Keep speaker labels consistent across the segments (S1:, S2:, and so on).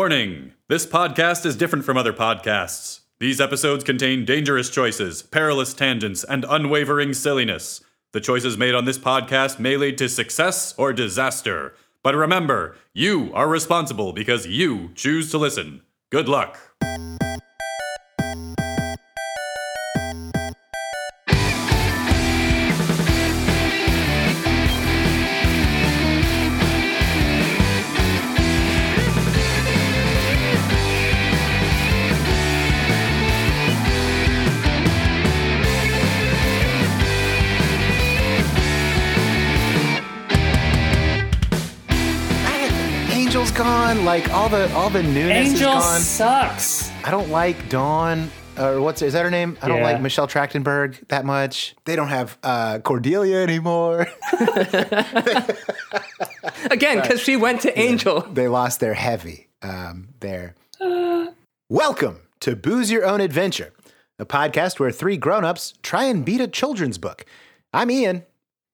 S1: Warning this podcast is different from other podcasts. These episodes contain dangerous choices, perilous tangents, and unwavering silliness. The choices made on this podcast may lead to success or disaster. But remember, you are responsible because you choose to listen. Good luck.
S2: Angel's gone. Like all the all the newness
S3: Angel
S2: is
S3: sucks.
S2: gone. I don't like Dawn. Or what's is that her name? I don't
S3: Yeah.
S2: like Michelle Trachtenberg that much. They don't have uh, Cordelia anymore.
S4: Again, because she went to Angel.
S2: they lost their heavy. Um, their welcome to Booze Your Own Adventure, a podcast where three grown-ups try and beat a children's book. I'm Ian,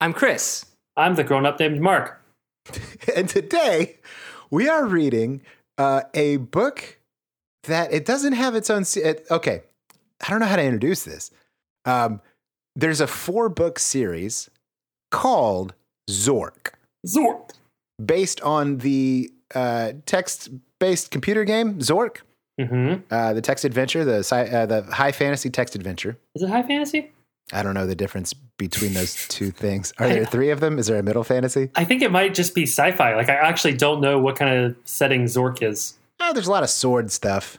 S4: I'm Chris.
S3: I'm the grown up named Mark.
S2: and today we are reading uh, a book that it doesn't have its own. se- It, okay, I don't know how to introduce this. Um, there's a four book series called Zork,
S3: Zork.
S2: based on the uh, text based computer game Zork,
S3: Mm-hmm.
S2: uh, the text adventure, the sci- uh, the high fantasy text adventure.
S3: Is it high fantasy?
S2: I don't know the difference between those two things. Are there three of them? Is there a middle fantasy?
S3: I think it might just be sci fi. Like, I actually don't know what kind of setting Zork is.
S2: Oh, there's a lot of sword stuff.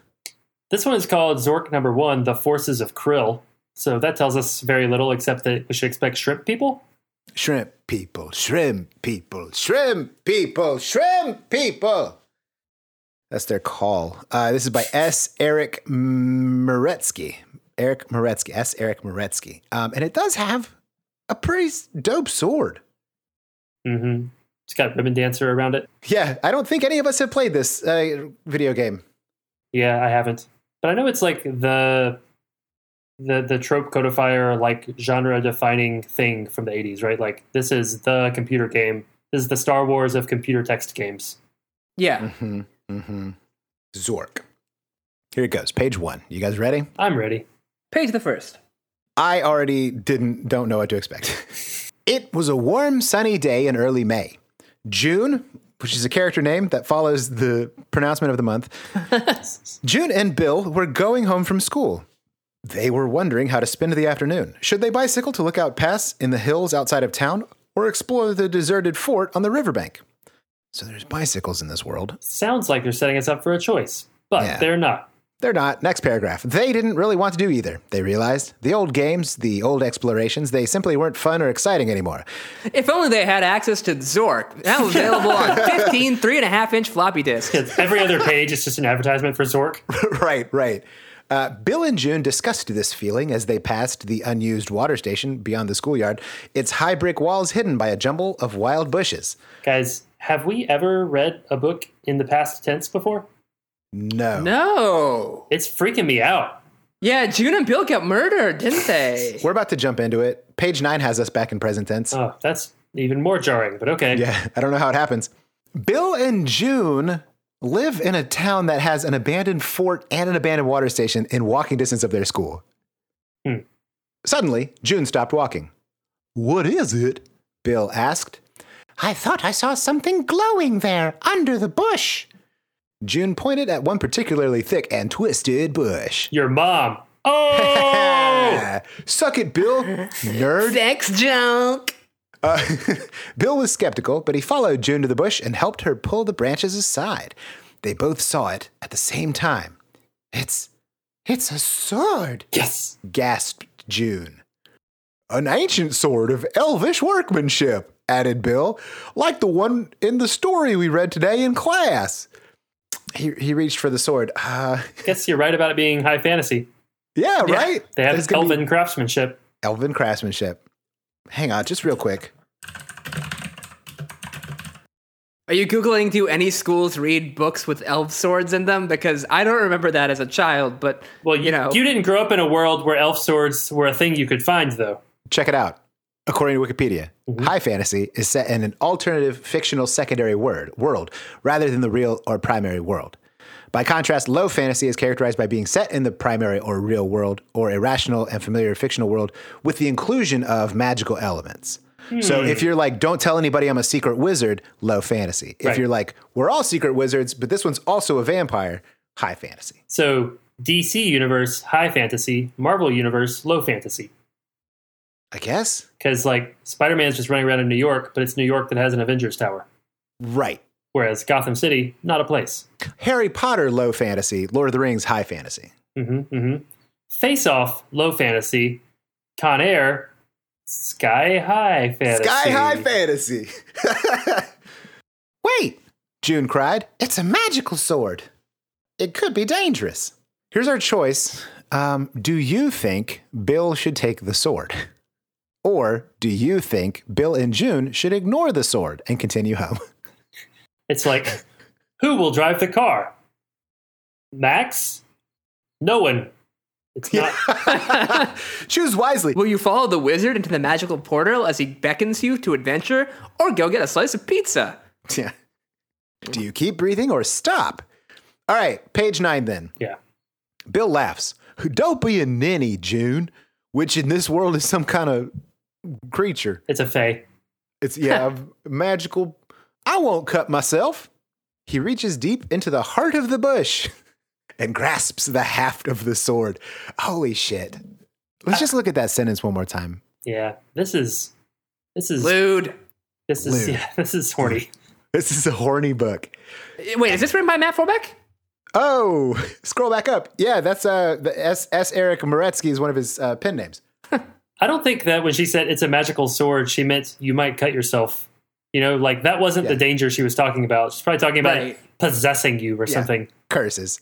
S3: This one is called Zork number one The Forces of Krill. So that tells us very little except that we should expect shrimp people.
S2: Shrimp people, shrimp people, shrimp people, shrimp people. That's their call. Uh, this is by S. Eric Moretsky. Eric Moretsky. S. Eric Moretsky. Um, and it does have a pretty s- dope sword.
S3: Mm-hmm. It's got ribbon dancer around it.
S2: Yeah, I don't think any of us have played this uh, video game.
S3: Yeah, I haven't. But I know it's like the the the trope codifier like genre defining thing from the 80s, right? Like this is the computer game. This is the Star Wars of computer text games.
S4: Yeah.
S2: Mm-hmm. Mm-hmm. Zork. Here it goes. Page one. You guys ready?
S3: I'm ready.
S4: Page the first.
S2: I already didn't don't know what to expect. it was a warm, sunny day in early May. June, which is a character name that follows the pronouncement of the month, June and Bill were going home from school. They were wondering how to spend the afternoon. Should they bicycle to Lookout Pass in the hills outside of town or explore the deserted fort on the riverbank? So there's bicycles in this world.
S3: Sounds like they're setting us up for a choice, but
S2: Yeah.
S3: they're not.
S2: They're not. Next paragraph. They didn't really want to do either. They realized the old games, the old explorations, they simply weren't fun or exciting anymore.
S4: If only they had access to Zork. Now available on 15 three and a half inch floppy disk.
S3: It's every other page is just an advertisement for Zork.
S2: right, right. Uh, Bill and June discussed this feeling as they passed the unused water station beyond the schoolyard, its high brick walls hidden by a jumble of wild bushes.
S3: Guys, have we ever read a book in the past tense before?
S2: No.
S4: No.
S3: It's freaking me out.
S4: Yeah, June and Bill got murdered, didn't they?
S2: We're about to jump into it. Page nine has us back in present tense.
S3: Oh, that's even more jarring, but okay.
S2: Yeah, I don't know how it happens. Bill and June live in a town that has an abandoned fort and an abandoned water station in walking distance of their school.
S3: Hmm.
S2: Suddenly, June stopped walking. What is it? Bill asked. I thought I saw something glowing there under the bush. June pointed at one particularly thick and twisted bush.
S3: Your mom. Oh,
S2: Ah, Suck it, Bill. Nerd.
S4: Sex junk.
S2: Uh, Bill was skeptical, but he followed June to the bush and helped her pull the branches aside. They both saw it at the same time. It's it's a sword,
S3: yes.
S2: gasped June. An ancient sword of elvish workmanship, added Bill, like the one in the story we read today in class. He, he reached for the sword. Uh,
S3: Guess you're right about it being high fantasy.
S2: yeah, right?
S3: They have
S2: There's gonna be
S3: elven craftsmanship.
S2: elven craftsmanship. Hang on, just real quick.
S4: Are you Googling do any schools read books with elf swords in them? Because I don't remember that as a child, but
S3: Well, you,
S4: know.
S3: you didn't grow up in a world where elf swords were a thing you could find, though.
S2: Check it out. According to Wikipedia, high fantasy is set in an alternative fictional secondary word world rather than the real or primary world. By contrast, low fantasy is characterized by being set in the primary or real world or a rational and familiar fictional world with the inclusion of magical elements. So if you're like, don't tell anybody I'm a secret wizard, low fantasy. If
S3: Right.
S2: you're like, we're all secret wizards, but this one's also a vampire, high fantasy.
S3: So DC universe, high fantasy, Marvel universe, low fantasy.
S2: I guess?
S3: Because like Spider Man's just running around in New York, but it's New York that has an Avengers Tower.
S2: Right.
S3: Whereas Gotham City, not a place.
S2: Harry Potter, low fantasy. Lord of the Rings, high fantasy.
S3: hmm hmm Face Off, low fantasy. Con Air, sky high fantasy.
S2: Sky high fantasy. Wait, June cried. It's a magical sword. It could be dangerous. Here's our choice. Um, do you think Bill should take the sword? Or do you think Bill and June should ignore the sword and continue home?
S3: It's like, who will drive the car? Max? No one. It's not.
S2: Choose wisely.
S4: Will you follow the wizard into the magical portal as he beckons you to adventure, or go get a slice of pizza?
S2: Yeah. Do you keep breathing or stop? All right, page nine then.
S3: Yeah.
S2: Bill laughs. Don't be a ninny, June, which in this world is some kind of creature.
S3: It's a Fae.
S2: It's, yeah, a magical. I won't cut myself. He reaches deep into the heart of the bush and grasps the haft of the sword. Holy shit. Let's just look at that sentence one more time.
S3: Yeah. This is. This is.
S4: Lewd.
S3: This is.
S2: Lou.
S3: Yeah, this is horny.
S2: This is a horny book.
S4: Wait, is this written by Matt Forbeck?
S2: Oh, scroll back up. Yeah, that's uh, the S. S. Eric Moretsky is one of his uh, pen names.
S3: I don't think that when she said it's a magical sword, she meant you might cut yourself. You know, like that wasn't the
S2: Yeah.
S3: danger she was talking about. She's probably talking about
S4: Right.
S3: possessing you or
S2: Yeah.
S3: something.
S2: Curses.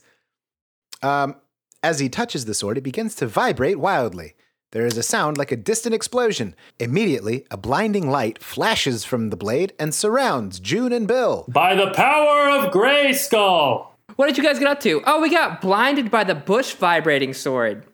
S2: Um, as he touches the sword, it begins to vibrate wildly. There is a sound like a distant explosion. Immediately, a blinding light flashes from the blade and surrounds June and Bill.
S3: By the power of Grayskull!
S4: What did you guys get up to? Oh, we got blinded by the bush vibrating sword.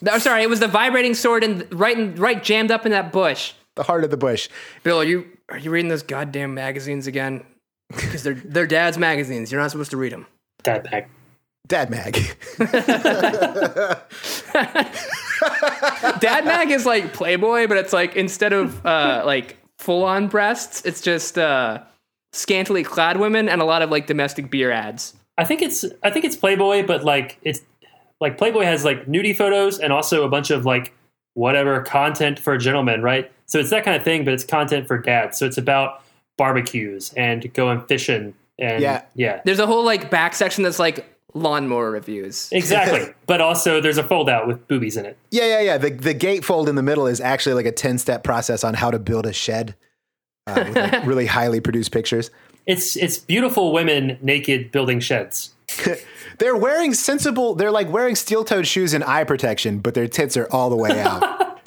S4: No, sorry, it was the vibrating sword and right in, right jammed up in that bush.
S2: The heart of the bush.
S4: Bill, are you are you reading those goddamn magazines again? Because they're they're dad's magazines. You're not supposed to read them.
S3: That back.
S2: Dad mag.
S4: Dad mag is like Playboy, but it's like instead of uh, like full on breasts, it's just uh, scantily clad women and a lot of like domestic beer ads.
S3: I think it's I think it's Playboy, but like it's like Playboy has like nudie photos and also a bunch of like whatever content for gentlemen, right? So it's that kind of thing, but it's content for dads. So it's about barbecues and going fishing and
S2: Yeah.
S3: yeah.
S4: There's a whole like back section that's like lawnmower reviews.
S3: Exactly. but also there's a fold out with boobies in it.
S2: yeah, yeah, yeah. The, the gatefold in the middle is actually like a 10 step process on how to build a shed uh, with like really highly produced pictures.
S3: It's it's beautiful women naked building sheds.
S2: They're wearing sensible. They're like wearing steel-toed shoes and eye protection, but their tits are all the way out.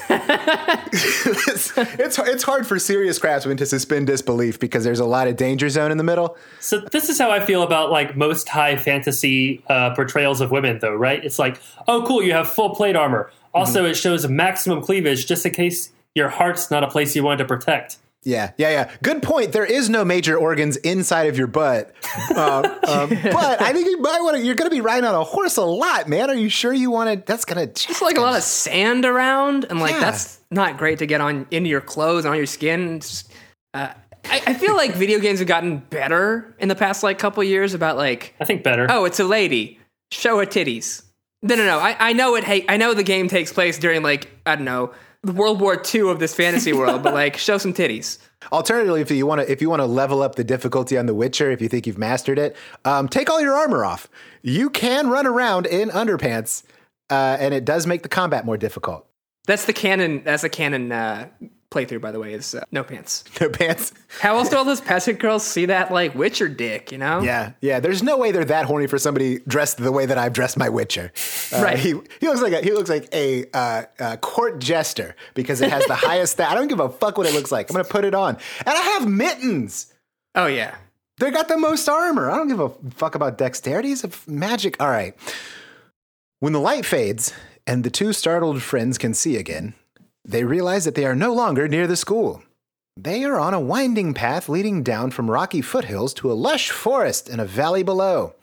S2: it's, it's it's hard for serious craftsmen to suspend disbelief because there's a lot of danger zone in the middle.
S3: So this is how I feel about like most high fantasy uh, portrayals of women, though, right? It's like, oh, cool, you have full plate armor.
S4: Mm-hmm.
S3: Also, it shows maximum cleavage just in case your heart's not a place you wanted to protect.
S2: Yeah, yeah, yeah. Good point. There is no major organs inside of your butt, uh, um, but I think you might want to. You're going to be riding on a horse a lot, man. Are you sure you want to? That's going to.
S4: It's like a lot of sand around, and like
S2: Yeah.
S4: that's not great to get on into your clothes, on your skin. It's just, uh, I, I feel like video games have gotten better in the past like couple years about like
S3: I think better.
S4: oh, it's a lady. Show her titties. No, no, no. I, I know it. Hey, I know the game takes place during like I don't know the World War II of this fantasy world, but like show some titties.
S2: Alternatively, if you want to, if you want to level up the difficulty on The Witcher, if you think you've mastered it, um, take all your armor off. You can run around in underpants, uh, and it does make the combat more difficult.
S4: That's the canon. That's the canon uh, playthrough, by the way. Is uh, no pants.
S2: No pants.
S4: How else do all those peasant girls see that like Witcher dick? You know?
S2: Yeah, yeah. There's no way they're that horny for somebody dressed the way that I've dressed my Witcher. Uh,
S4: Right.
S2: He, he looks like a, he looks like a uh, uh, court jester because it has the highest. Th- I don't give a fuck what it looks like. I'm gonna put it on, and I have mittens.
S4: Oh yeah.
S2: They got the most armor. I don't give a fuck about dexterity. It's a f- magic. All right. When the light fades and the two startled friends can see again, they realize that they are no longer near the school. They are on a winding path leading down from rocky foothills to a lush forest and a valley below.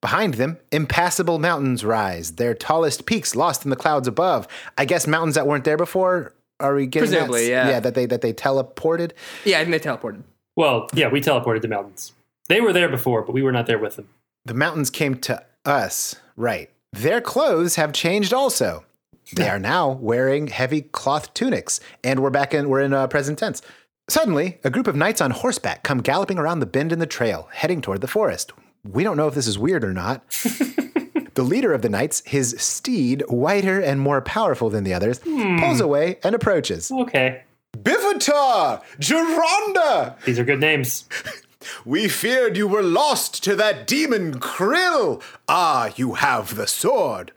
S2: Behind them, impassable mountains rise, their tallest peaks lost in the clouds above. I guess mountains that weren't there before. Are we getting
S4: Presumably,
S2: that?
S4: yeah.
S2: Yeah, that they that they teleported.
S4: Yeah, I think they teleported.
S3: Well, yeah, we teleported the mountains. They were there before, but we were not there with them.
S2: The mountains came to us, right? Their clothes have changed also. They are now wearing heavy cloth tunics, and we're back in we're in uh, present tense. Suddenly, a group of knights on horseback come galloping around the bend in the trail, heading toward the forest. We don't know if this is weird or not. the leader of the knights, his steed, whiter and more powerful than the others, pulls away and approaches.
S3: Okay,
S2: Bivatar! Geronda!
S3: these are good names.
S2: We feared you were lost to that demon Krill. Ah, you have the sword.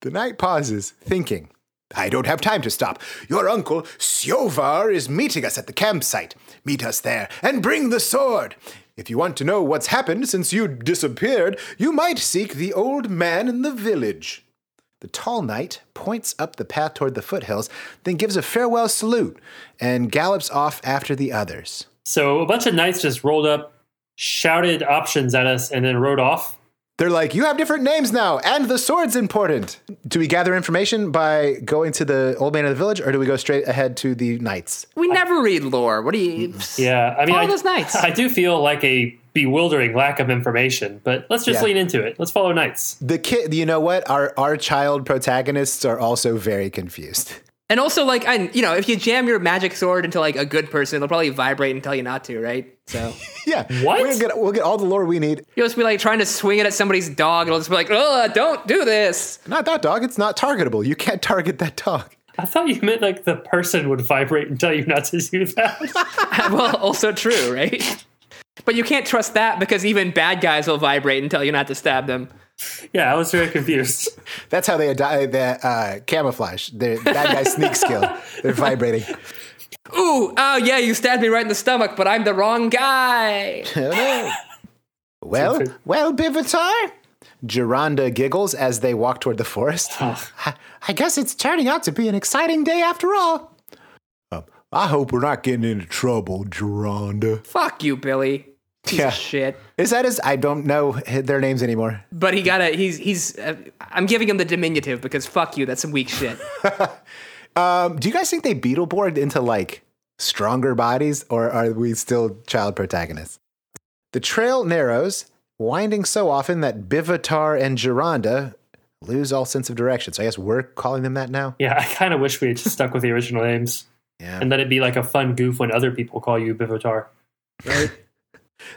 S2: The knight pauses, thinking. I don't have time to stop. Your uncle, Sjovar, is meeting us at the campsite. Meet us there and bring the sword. If you want to know what's happened since you disappeared, you might seek the old man in the village. The tall knight points up the path toward the foothills, then gives a farewell salute and gallops off after the others.
S3: So a bunch of knights just rolled up, shouted options at us, and then rode off.
S2: They're like, you have different names now, and the sword's important. Do we gather information by going to the old man of the village, or do we go straight ahead to the knights?
S4: We never read lore. What do you?
S3: Yeah, I mean,
S4: Follow
S3: I,
S4: those knights.
S3: I do feel like a bewildering lack of information, but let's just
S2: Yeah.
S3: lean into it. Let's follow knights.
S2: The kid, you know what? Our our child protagonists are also very confused.
S4: And also, like, I you know, if you jam your magic sword into like a good person, it'll probably vibrate and tell you not to, right? So
S2: yeah,
S3: What?
S2: We'll get, we'll get all the lore we need.
S4: you'll just be like trying to swing it at somebody's dog, and it'll just be like, oh, don't do this.
S2: Not that dog. It's not targetable. You can't target that dog.
S3: I thought you meant like the person would vibrate and tell you not to do that.
S4: well, also true, right? But you can't trust that because even bad guys will vibrate and tell you not to stab them.
S3: yeah, I was very confused.
S2: That's how they adi- the uh, camouflage. They're, that guy's sneak skill. They're vibrating.
S4: Ooh, oh yeah, you stabbed me right in the stomach, but I'm the wrong guy.
S2: Oh, no. well, well, Bivatar. Geronda giggles as they walk toward the forest. I, I guess it's turning out to be an exciting day after all. Um, I hope we're not getting into trouble, Geronda.
S4: Fuck you, Billy. Piece
S2: Yeah.
S4: of shit.
S2: Is that his? I don't know their names anymore.
S4: But he gotta. He's he's. Uh, I'm giving him the diminutive because fuck you. That's some weak shit.
S2: Um, do you guys think they beetleborged into like stronger bodies, or are we still child protagonists? The trail narrows, winding so often that Bivatar and Geronda lose all sense of direction. So I guess we're calling them that now.
S3: Yeah, I kind of wish we had just stuck with the original names
S2: Yeah.
S3: and let it be like a fun goof when other people call you Bivotar.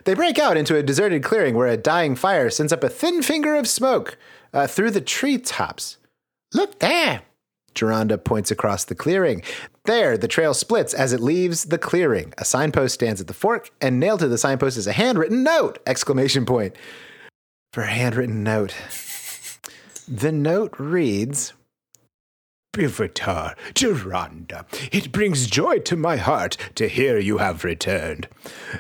S2: They break out into a deserted clearing where a dying fire sends up a thin finger of smoke uh, through the treetops. Look there! Geronda points across the clearing. There, the trail splits as it leaves the clearing. A signpost stands at the fork, and nailed to the signpost is a handwritten note! Exclamation point. For a handwritten note. The note reads Bivatar, Geronda, it brings joy to my heart to hear you have returned.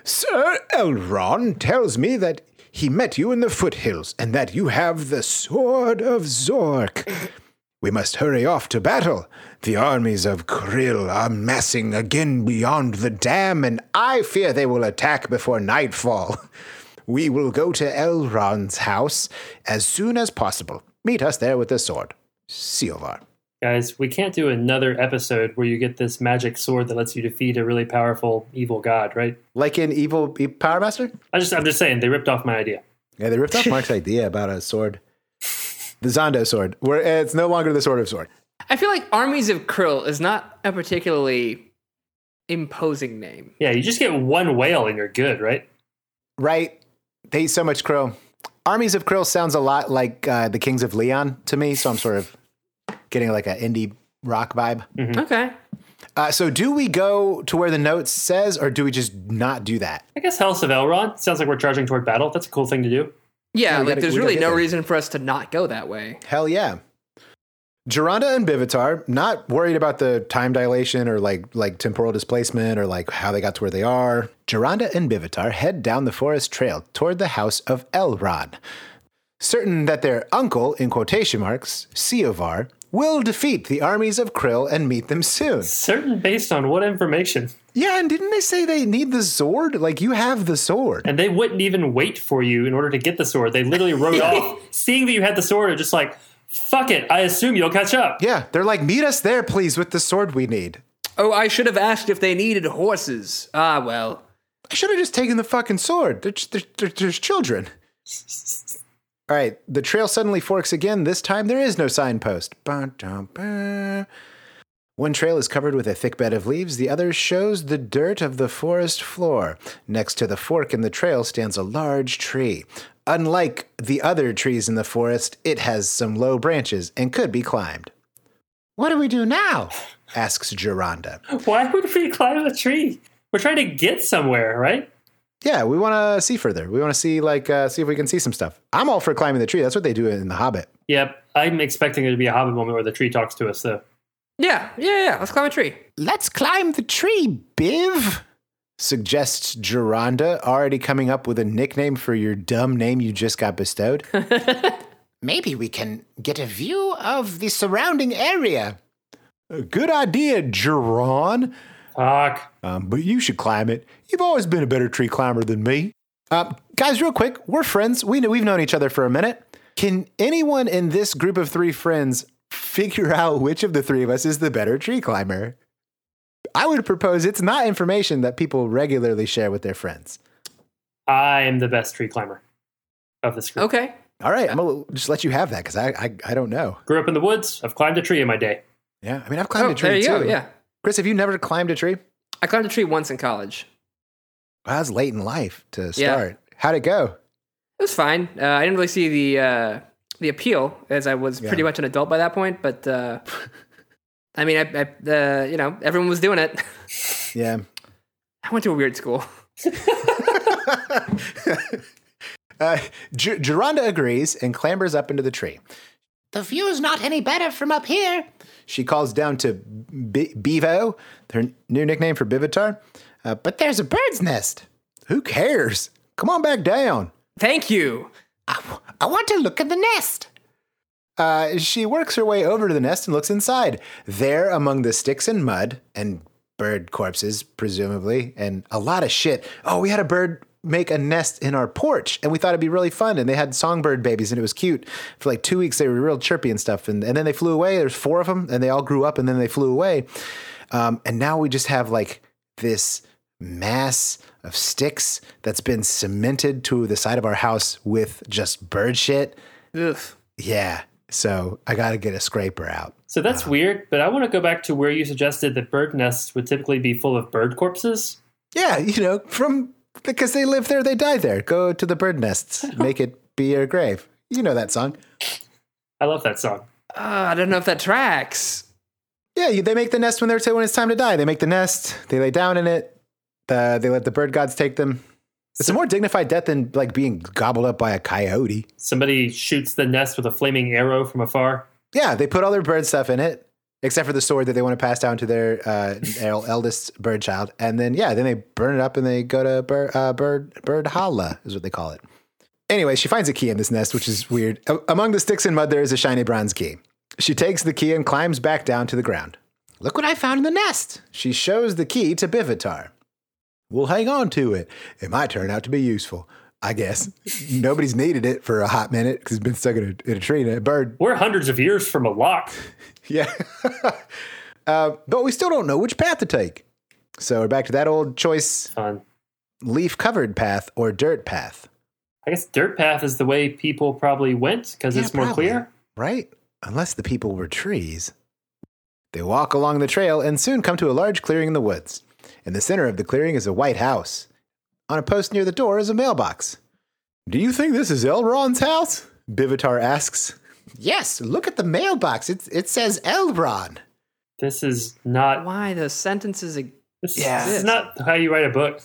S2: Sir Elron tells me that he met you in the foothills and that you have the Sword of Zork. We must hurry off to battle. The armies of Krill are massing again beyond the dam, and I fear they will attack before nightfall. We will go to Elron's house as soon as possible. Meet us there with the sword. Silvar.
S3: Guys, we can't do another episode where you get this magic sword that lets you defeat a really powerful evil god, right?
S2: Like in Evil E- Power Master?
S3: I just, I'm just saying, they ripped off my idea.
S2: Yeah, they ripped off Mark's idea about a sword. The Zondo sword, where eh, it's no longer the sword of sword.
S4: I feel like Armies of Krill is not a particularly imposing name.
S3: Yeah, you just get one whale and you're good, right?
S2: Right? They eat so much krill. Armies of Krill sounds a lot like uh, the Kings of Leon to me, so I'm sort of getting like an indie rock vibe.
S4: Okay.
S2: Uh, so, do we go to where the note says, or do we just not do that?
S3: I guess House of Elrond sounds like we're charging toward battle. That's a cool thing to do.
S4: Yeah,
S2: we
S4: like
S2: gotta-
S4: there's
S2: we gotta
S4: really
S2: get
S4: no
S2: there.
S4: reason for us to not go that way.
S2: Hell yeah. Geronda and Bivitar, not worried about the time dilation or like like temporal displacement or like how they got to where they are. Geronda and Bivitar head down the forest trail toward the house of Elrod, certain that their uncle, in quotation marks, Seovar, will defeat the armies of Krill and meet them soon.
S3: Certain based on what information?
S2: Yeah, and didn't they say they need the sword? Like, you have the sword.
S3: And they wouldn't even wait for you in order to get the sword. They literally rode off, seeing that you had the sword, are just like, fuck it, I assume you'll catch up.
S2: Yeah, they're like, meet us there, please, with the sword we need.
S4: Oh, I should have asked if they needed horses. Ah, well.
S2: I should have just taken the fucking sword. They're, just- they're, they're- there's children. All right, the trail suddenly forks again. This time there is no signpost. Ba, da, ba. One trail is covered with a thick bed of leaves, the other shows the dirt of the forest floor. Next to the fork in the trail stands a large tree. Unlike the other trees in the forest, it has some low branches and could be climbed. What do we do now? asks Geronda.
S3: Why would we climb a tree? We're trying to get somewhere, right?
S2: yeah, we want to see further. We want to see like uh, see if we can see some stuff. I'm all for climbing the tree. That's what they do in The Hobbit.
S3: Yep. I'm expecting there to be a Hobbit moment where the tree talks to us, though.
S4: Yeah, yeah, yeah. Let's climb a tree.
S2: Let's climb the tree, Biv. Suggests Geronda, already coming up with a nickname for your dumb name you just got bestowed. Maybe we can get a view of the surrounding area. A Uh, good idea, Geron.
S3: Fuck.
S2: Um, but you should climb it. You've always been a better tree climber than me. Uh, guys, real quick, we're friends. We know we've known each other for a minute. Can anyone in this group of three friends figure out which of the three of us is the better tree climber? I would propose it's not information that people regularly share with their friends.
S3: I am the best tree climber of this group.
S4: Okay.
S2: All right, I'm gonna just let you have that because I, I I don't know.
S3: Grew up in the woods. I've climbed a tree in my day.
S2: Yeah, I mean I've climbed
S4: oh,
S2: a tree
S4: there you
S2: too.
S4: go. Yeah,
S2: Chris, have you never climbed a tree?
S4: I climbed a tree once in college.
S2: Well, that's late in life to
S4: Yeah.
S2: start. How'd it go?
S4: It was fine. Uh, I didn't really see the uh, the appeal, as I was
S2: Yeah.
S4: pretty much an adult by that point. But uh, I mean, I, I uh, you know, everyone was doing it.
S2: Yeah,
S4: I went to a weird school.
S2: Uh, Ger- Geronda agrees and clambers up into the tree. The view's not any better from up here. She calls down to B- Bevo, their new nickname for Bivitar. Uh, but there's a bird's nest. Who cares? Come on back down.
S4: Thank you.
S2: I want to look at the nest. Uh, she works her way over to the nest and looks inside. There, among the sticks and mud and bird corpses, presumably, and a lot of shit. Oh, we had a bird make a nest in our porch, and we thought it'd be really fun. And they had songbird babies, and it was cute. For like two weeks, they were real chirpy and stuff. And, and then they flew away. There's four of them, and they all grew up, and then they flew away. Um, and now we just have like this mass of sticks that's been cemented to the side of our house with just bird shit.
S4: Ugh.
S2: Yeah. So I got to get a scraper out.
S3: So that's weird, but I want to go back to where you suggested that bird nests would typically be full of bird corpses.
S2: Yeah. You know, from because they live there, they die there. Go to the bird nests, make it be your grave. You know that song.
S3: I love that song.
S4: Uh, I don't know if that tracks.
S2: Yeah. You, they make the nest when they're when it's time to die. They make the nest, they lay down in it, uh, they let the bird gods take them. It's a more dignified death than like being gobbled up by a coyote.
S3: Somebody shoots the nest with a flaming arrow from afar.
S2: Yeah, they put all their bird stuff in it, except for the sword that they want to pass down to their uh, el- eldest bird child. And then, yeah, then they burn it up and they go to bir- uh, bird bird hala is what they call it. Anyway, she finds a key in this nest, which is weird. A- among the sticks and mud, there is a shiny bronze key. She takes the key and climbs back down to the ground. Look what I found in the nest. She shows the key to Bivitar. We'll hang on to it. It might turn out to be useful, I guess. Nobody's needed it for a hot minute because it's been stuck in a, in a tree and a bird
S3: We're hundreds of years from a lock.
S2: yeah. uh, but we still don't know which path to take. So we're back to that old choice
S3: Fun.
S2: leaf covered path or dirt path,
S3: I guess dirt path is the way people probably went because
S2: Yeah,
S3: it's more
S2: probably.
S3: clear.
S2: right? Unless the people were trees. They walk along the trail and soon come to a large clearing in the woods. In the center of the clearing is a white house. On a post near the door is a mailbox. Do you think this is Elrond's house? Bivitar asks. Yes, look at the mailbox. It, it says Elrond.
S3: This is not.
S4: Why those sentences? ag-
S3: This,
S2: Yeah.
S3: this is not how you write a book.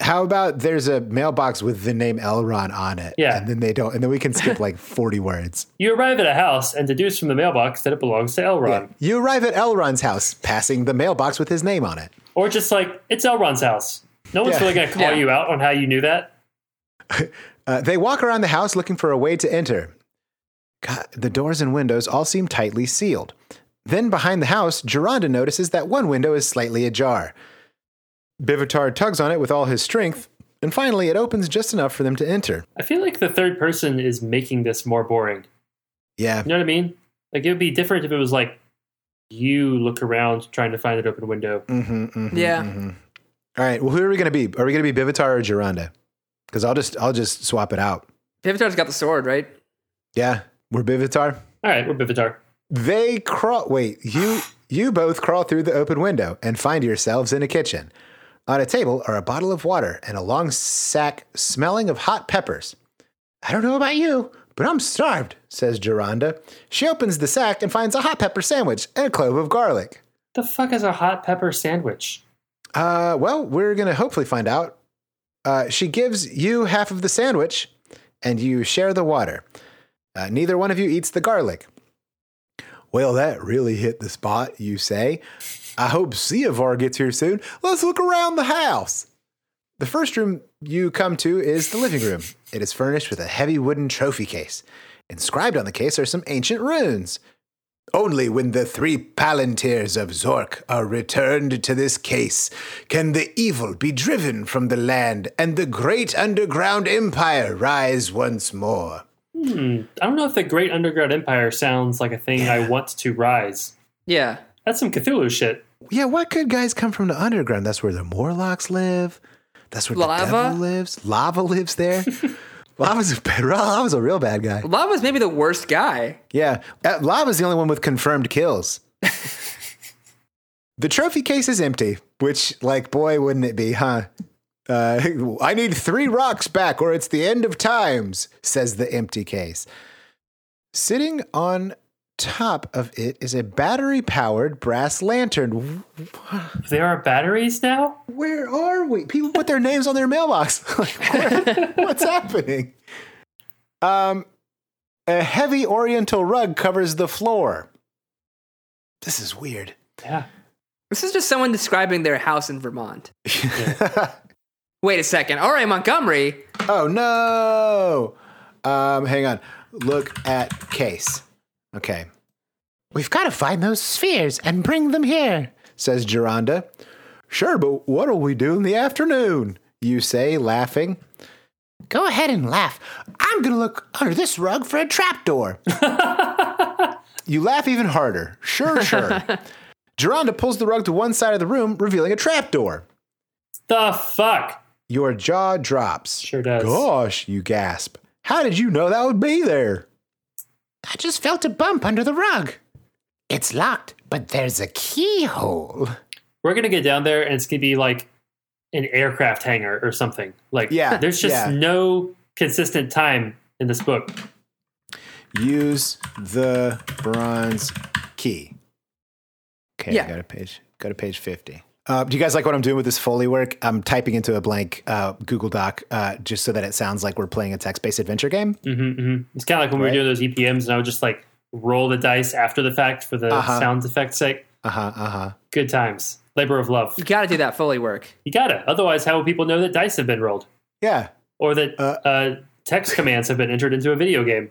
S2: How about there's a mailbox with the name Elron on it?
S3: Yeah.
S2: And then they don't, and then we can skip like 40 words.
S3: You arrive at a house and deduce from the mailbox that it belongs to Elrond,
S2: You arrive at Elron's house, passing the mailbox with his name on it.
S3: or just like it's Elrond's house. No one's
S2: Yeah.
S3: really going to call
S4: Yeah.
S3: you out on how you knew that.
S2: Uh, they walk around the house looking for a way to enter. God, the doors and windows all seem tightly sealed. Then behind the house, Geronda notices that one window is slightly ajar. Bivitar tugs on it with all his strength, and finally it opens just enough for them to enter.
S3: I feel like the third person is making this more boring.
S2: Yeah.
S3: You know what I mean? Like it would be different if it was like you look around trying to find an open window.
S2: Mm-hmm, mhm,
S4: Yeah.
S2: mhm. All right. Well, who are we going to be? Are we going to be Bivitar or Geronda? Because I'll just I'll just swap it out.
S4: Pivotar's got the sword, right?
S2: Yeah, we're Bivitar.
S3: All right, we're Bivitar.
S2: They crawl. Wait, you you both crawl through the open window and find yourselves in a kitchen. On a table are a bottle of water and a long sack smelling of hot peppers. I don't know about you, but I'm starved, says Geronda. She opens the sack and finds a hot pepper sandwich and a clove of garlic.
S3: The fuck is a hot pepper sandwich?
S2: Uh, well, we're going to hopefully find out. Uh, she gives you half of the sandwich, and you share the water. Uh, neither one of you eats the garlic. Well, that really hit the spot, you say. I hope Siavar gets here soon. Let's look around the house. The first room you come to is the living room. It is furnished with a heavy wooden trophy case. Inscribed on the case are some ancient runes. Only when the three palantirs of Zork are returned to this case can the evil be driven from the land and the great underground empire rise once more.
S3: Hmm. I don't know if the Great Underground Empire sounds like a thing I want to rise.
S4: Yeah.
S3: That's some Cthulhu shit.
S2: Yeah, what good guys come from the underground? That's where the Morlocks live. That's where
S4: Lava?
S2: the devil lives. Lava lives there. Lava's a bad, Lava's a real bad guy.
S4: Lava's maybe the worst guy.
S2: Yeah, uh, Lava's the only one with confirmed kills. the trophy case is empty, which, like, boy, wouldn't it be, huh? Uh, I need three rocks back, or it's the end of times, says the empty case. Sitting on top of it is a battery powered brass lantern.
S3: There are batteries now?
S2: Where are we? People put their names on their mailbox. like, where- what's happening? Um, a heavy oriental rug covers the floor. This is weird.
S3: Yeah.
S4: This is just someone describing their house in Vermont. Wait a second. All right, Montgomery.
S2: oh no! Um, hang on. Look at case. Okay. We've got to find those spheres and bring them here, says Geronda. Sure, but what'll we do in the afternoon? You say, laughing. Go ahead and laugh. I'm going to look under this rug for a trapdoor. you laugh even harder. Sure, sure. Geronda pulls the rug to one side of the room, revealing a trapdoor.
S3: The fuck?
S2: Your jaw drops.
S3: Sure does.
S2: Gosh, you gasp. How did you know that would be there? I just felt a bump under the rug. It's locked, but there's a keyhole.
S3: We're going to get down there and it's going to be like an aircraft hangar or something. Like,
S2: Yeah,
S3: there's just
S2: yeah.
S3: no consistent time in this book.
S2: Use the bronze key. Okay,
S4: Yeah.
S2: go to page go to page 50. Uh, do you guys like what I'm doing with this Foley work? I'm typing into a blank uh, Google Doc uh, just so that it sounds like we're playing a text-based adventure game.
S3: hmm hmm It's kind of like when
S2: Mm-hmm, Right.
S3: we were doing those EPMs and I would just like roll the dice after the fact for the
S2: Uh-huh.
S3: sound effect's sake.
S2: Uh-huh, uh-huh.
S3: Good times. Labor of love.
S4: You got to do that Foley work.
S3: You got to. Otherwise, how will people know that dice have been rolled?
S2: Yeah.
S3: or that
S2: Uh,
S3: uh, text commands have been entered into a video game.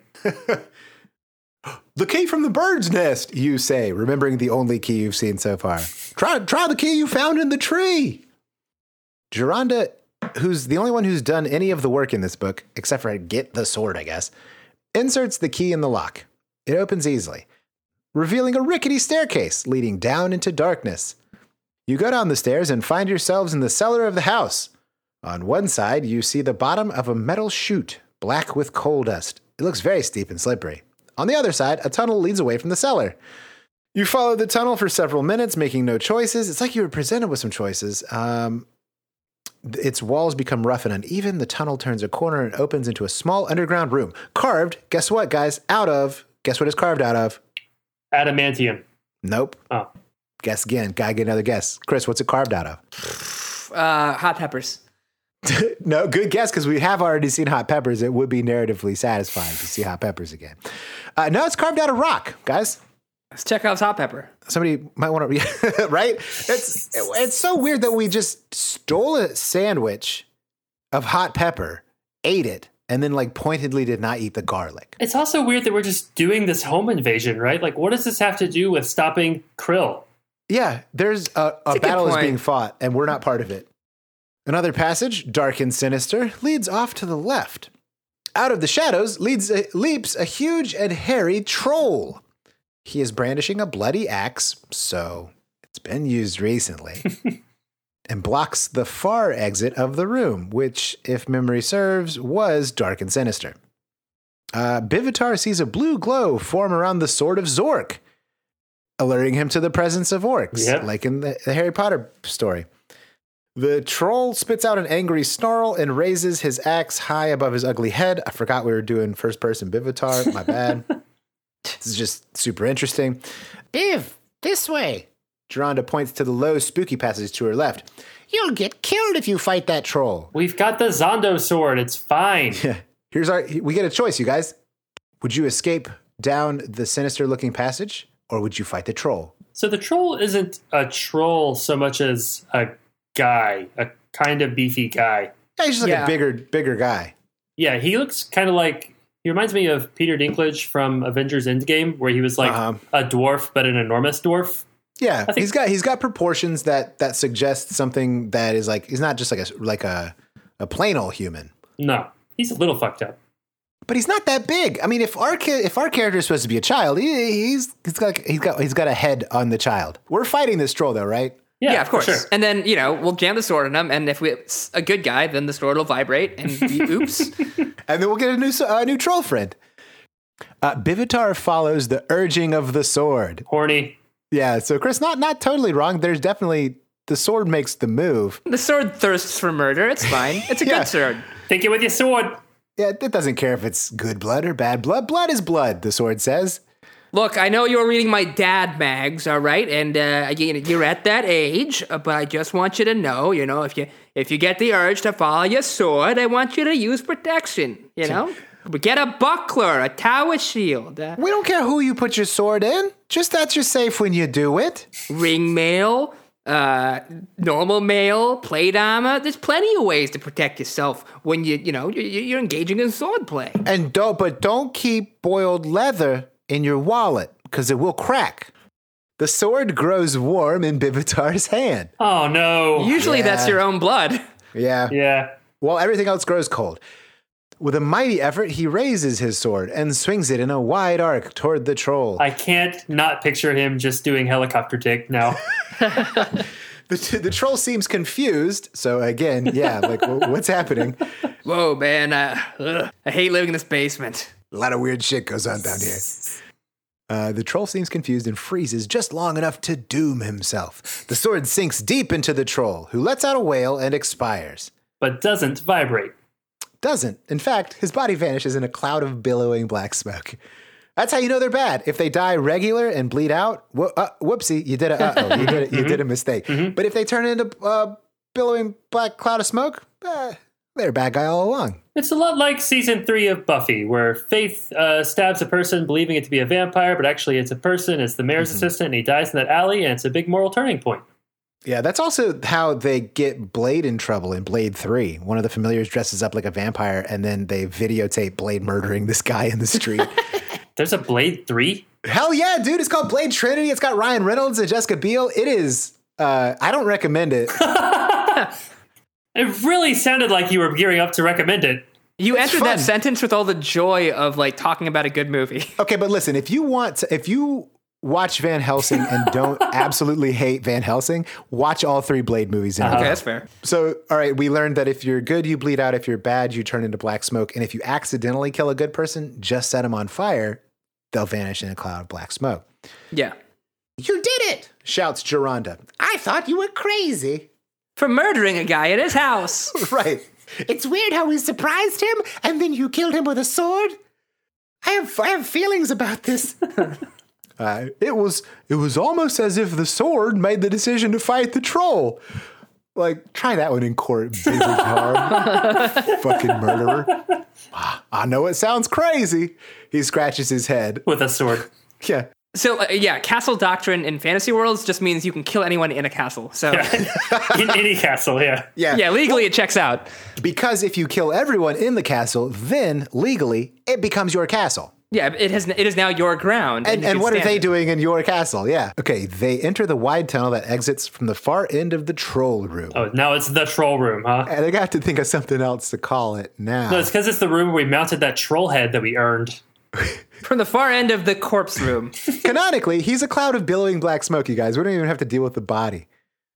S2: The key from the bird's nest, you say, remembering the only key you've seen so far. Try, try the key you found in the tree. Geronda, who's the only one who's done any of the work in this book, except for get the sword, I guess, inserts the key in the lock. It opens easily, revealing a rickety staircase leading down into darkness. You go down the stairs and find yourselves in the cellar of the house. On one side, you see the bottom of a metal chute, black with coal dust. It looks very steep and slippery. On the other side, a tunnel leads away from the cellar. You follow the tunnel for several minutes, making no choices. It's like you were presented with some choices. Um, th- its walls become rough and uneven. The tunnel turns a corner and opens into a small underground room. Carved, guess what, guys? Out of, guess what it's carved out of?
S3: Adamantium.
S2: Nope.
S3: Oh,
S2: Guess again. Gotta get another guess. Chris, what's it carved out of?
S4: Uh, hot peppers.
S2: no, good guess because we have already seen hot peppers. It would be narratively satisfying to see hot peppers again. Uh, no, it's carved out of rock, guys.
S4: It's Chekhov's hot pepper.
S2: Somebody might want to, right? It's it's so weird that we just stole a sandwich of hot pepper, ate it, and then like pointedly did not eat the garlic.
S3: It's also weird that we're just doing this home invasion, right? Like, what does this have to do with stopping Krill?
S2: Yeah, there's a, a,
S4: good
S2: battle is
S4: point.
S2: being fought, and we're not part of it. Another passage, dark and sinister, leads off to the left. Out of the shadows leads a, leaps a huge and hairy troll. He is brandishing a bloody axe, so it's been used recently, and blocks the far exit of the room, which, if memory serves, was dark and sinister. Uh, Bivitar sees a blue glow form around the sword of Zork, alerting him to the presence of orcs,
S3: Yep.
S2: like in the, the Harry Potter story. The troll spits out an angry snarl and raises his axe high above his ugly head. I forgot we were doing first person Bivitar. My bad. this is just super interesting. Biv, this way. Geronda points to the low, spooky passage to her left. You'll get killed if you fight that troll.
S3: We've got the Zondo sword. It's fine.
S2: Here's our we get a choice, you guys. Would you escape down the sinister looking passage or would you fight the troll?
S3: So the troll isn't a troll so much as a guy, a kind of beefy guy.
S2: Yeah, he's just like
S4: Yeah.
S2: a bigger, bigger guy.
S3: Yeah, he looks kind of like he reminds me of Peter Dinklage from Avengers Endgame, where he was like
S2: Uh-huh.
S3: a dwarf but an enormous dwarf.
S2: Yeah.
S3: think-
S2: he's got he's got proportions that that suggest something that is like he's not just like a like a a plain old human.
S3: No, he's a little fucked up.
S2: But he's not that big. I mean, if our ki- if our character is supposed to be a child, he, he's he's got he's got he's got a head on the child. We're fighting this troll though, right?
S3: Yeah,
S4: of course.
S3: for sure.
S4: And then you know we'll jam the sword in him, and if we it's a good guy, then the sword will vibrate, and he, oops,
S2: and then we'll get a new a new troll friend. Uh, Bivitar follows the urging of the sword.
S3: Horny.
S2: Yeah, so Chris, not not totally wrong. There's definitely the sword makes the move.
S4: the sword thirsts for murder. It's fine. It's a
S2: Yeah.
S4: good sword.
S3: Take it with your sword.
S2: Yeah, it doesn't care if it's good blood or bad blood. Blood is blood, the sword says.
S4: Look, I know you're reading my dad mags, all right, and uh, you- you're at that age, uh, but I just want you to know, you know, if you if you get the urge to follow your sword, I want you to use protection, you know. But Get a buckler, a tower shield, uh,
S2: We don't care who you put your sword in. Just that you're safe when you do it.
S4: ring mail, uh, normal mail, plate armor. There's plenty of ways to protect yourself when you you know you- you- you're engaging in sword play.
S2: And don't, but don't keep boiled leather in your wallet because it will crack. The sword grows warm in Bivitar's hand.
S3: Oh no.
S4: Usually, that's
S2: Yeah.
S4: your own blood.
S2: Yeah.
S3: yeah.
S2: while everything else grows cold. With a mighty effort, he raises his sword and swings it in a wide arc toward the troll.
S3: I can't not picture him just doing helicopter dick now.
S2: The, the troll seems confused, so again, yeah, like wh- what's happening?
S4: Whoa, man! Uh, ugh, I hate living in this basement.
S2: A lot of weird shit goes on down here. Uh, the troll seems confused and freezes just long enough to doom himself. The sword sinks deep into the troll, who lets out a wail and expires.
S3: but doesn't vibrate.
S2: Doesn't. In fact, his body vanishes in a cloud of billowing black smoke. That's how you know they're bad. If they die regular and bleed out, wh- uh, whoopsie, you did a uh-oh, you did a, you did a mistake. But if they turn into uh, billowing black cloud of smoke, eh, they're a bad guy all along.
S3: It's a lot like season three of Buffy, where Faith uh, stabs a person believing it to be a vampire, but actually it's a person. It's the mayor's assistant, and he dies in that alley, and it's a big moral turning point.
S2: Yeah, that's also how they get Blade in trouble in Blade 3. One of the familiars dresses up like a vampire and then they videotape Blade murdering this guy in the street.
S3: There's a Blade three.
S2: Hell yeah, dude. It's called Blade Trinity. It's got Ryan Reynolds and Jessica Biel. It is, uh, I don't recommend it.
S3: It really sounded like you were gearing up to recommend it.
S4: You entered that
S2: fun. Uh-huh.
S4: sentence with all the joy of like talking about a good movie.
S2: Okay, but listen, if you want to, if you watch Van Helsing and don't absolutely hate Van Helsing, watch all three Blade movies. In a row.
S4: Okay, that's fair.
S2: So, all right, we learned that if you're good, you bleed out. If you're bad, you turn into black smoke. And if you accidentally kill a good person, just set them on fire. They'll vanish in a cloud of black smoke.
S4: Yeah.
S2: You did it, shouts Geronda. I thought you were crazy.
S4: For murdering a guy at his house.
S2: Right. It's weird how we surprised him and then you killed him with a sword. I have I have feelings about this. uh, it was it was almost as if the sword made the decision to fight the troll. Like try that one in court, baby car. Fucking murderer. Ah, I know it sounds crazy. He scratches his head.
S3: with a sword.
S2: Yeah.
S4: So uh, yeah, castle doctrine in fantasy worlds just means you can kill anyone in a castle. So yeah,
S3: in any castle. Yeah,
S2: Yeah.
S4: legally it checks out.
S2: Because if you kill everyone in the castle, then legally it becomes your castle.
S4: Yeah, it has. It is now your ground.
S2: And,
S4: you
S2: and
S4: can
S2: what are
S4: stand
S2: they
S4: it.
S2: doing in your castle? Yeah. Okay, they enter the wide tunnel that exits from the far end of the troll room.
S3: Oh, now it's the troll room, huh?
S2: And I got to think of something else to call it now.
S3: No, it's because it's the room where we mounted that troll head that we earned.
S4: From the far end of the corpse room.
S2: Canonically, he's a cloud of billowing black smoke, you guys. We don't even have to deal with the body.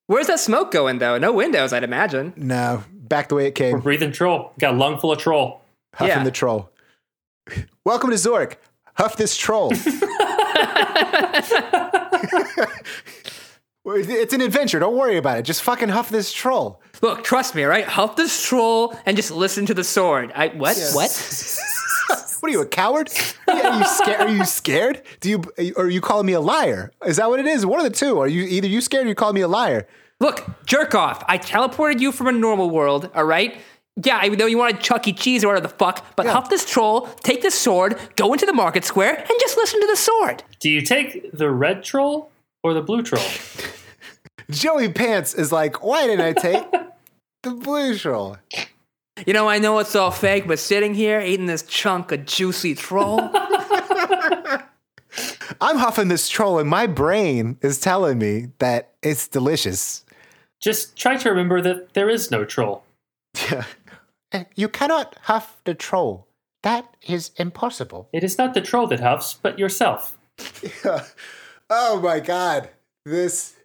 S4: Where's that smoke going though? No windows, I'd imagine.
S2: No, back the way it came,
S3: Breathing troll. Got a lung full of troll.
S2: huffing
S4: yeah.
S2: the troll. Welcome to Zork. Huff this troll. Well, it's an adventure. Don't worry about it. Just fucking huff this troll.
S4: Look, trust me, all right? Help this troll and just listen to the sword. I what? What?
S2: What are you, a coward? Yeah, are, you scared? are you scared? Do you or are you calling me a liar? Is that what it is? One of the two. Are you either you scared or you call me a liar?
S4: Look, jerk off. I teleported you from a normal world, all right? Yeah, I know you wanted Chuck E. Cheese or whatever the fuck, but
S2: Yeah.
S4: huff this troll, take this sword, go into the market square, and just listen to the sword.
S3: Do you take the red troll or the blue troll?
S2: Joey Pants is like, why didn't I take the blue troll?
S4: You know, I know it's all fake, but sitting here eating this chunk of juicy troll,
S2: I'm huffing this troll, and my brain is telling me that it's delicious.
S3: Just try to remember that there is no troll.
S2: Eh, You cannot huff the troll. That is impossible.
S3: It is not the troll that huffs, but yourself.
S2: Oh my god, this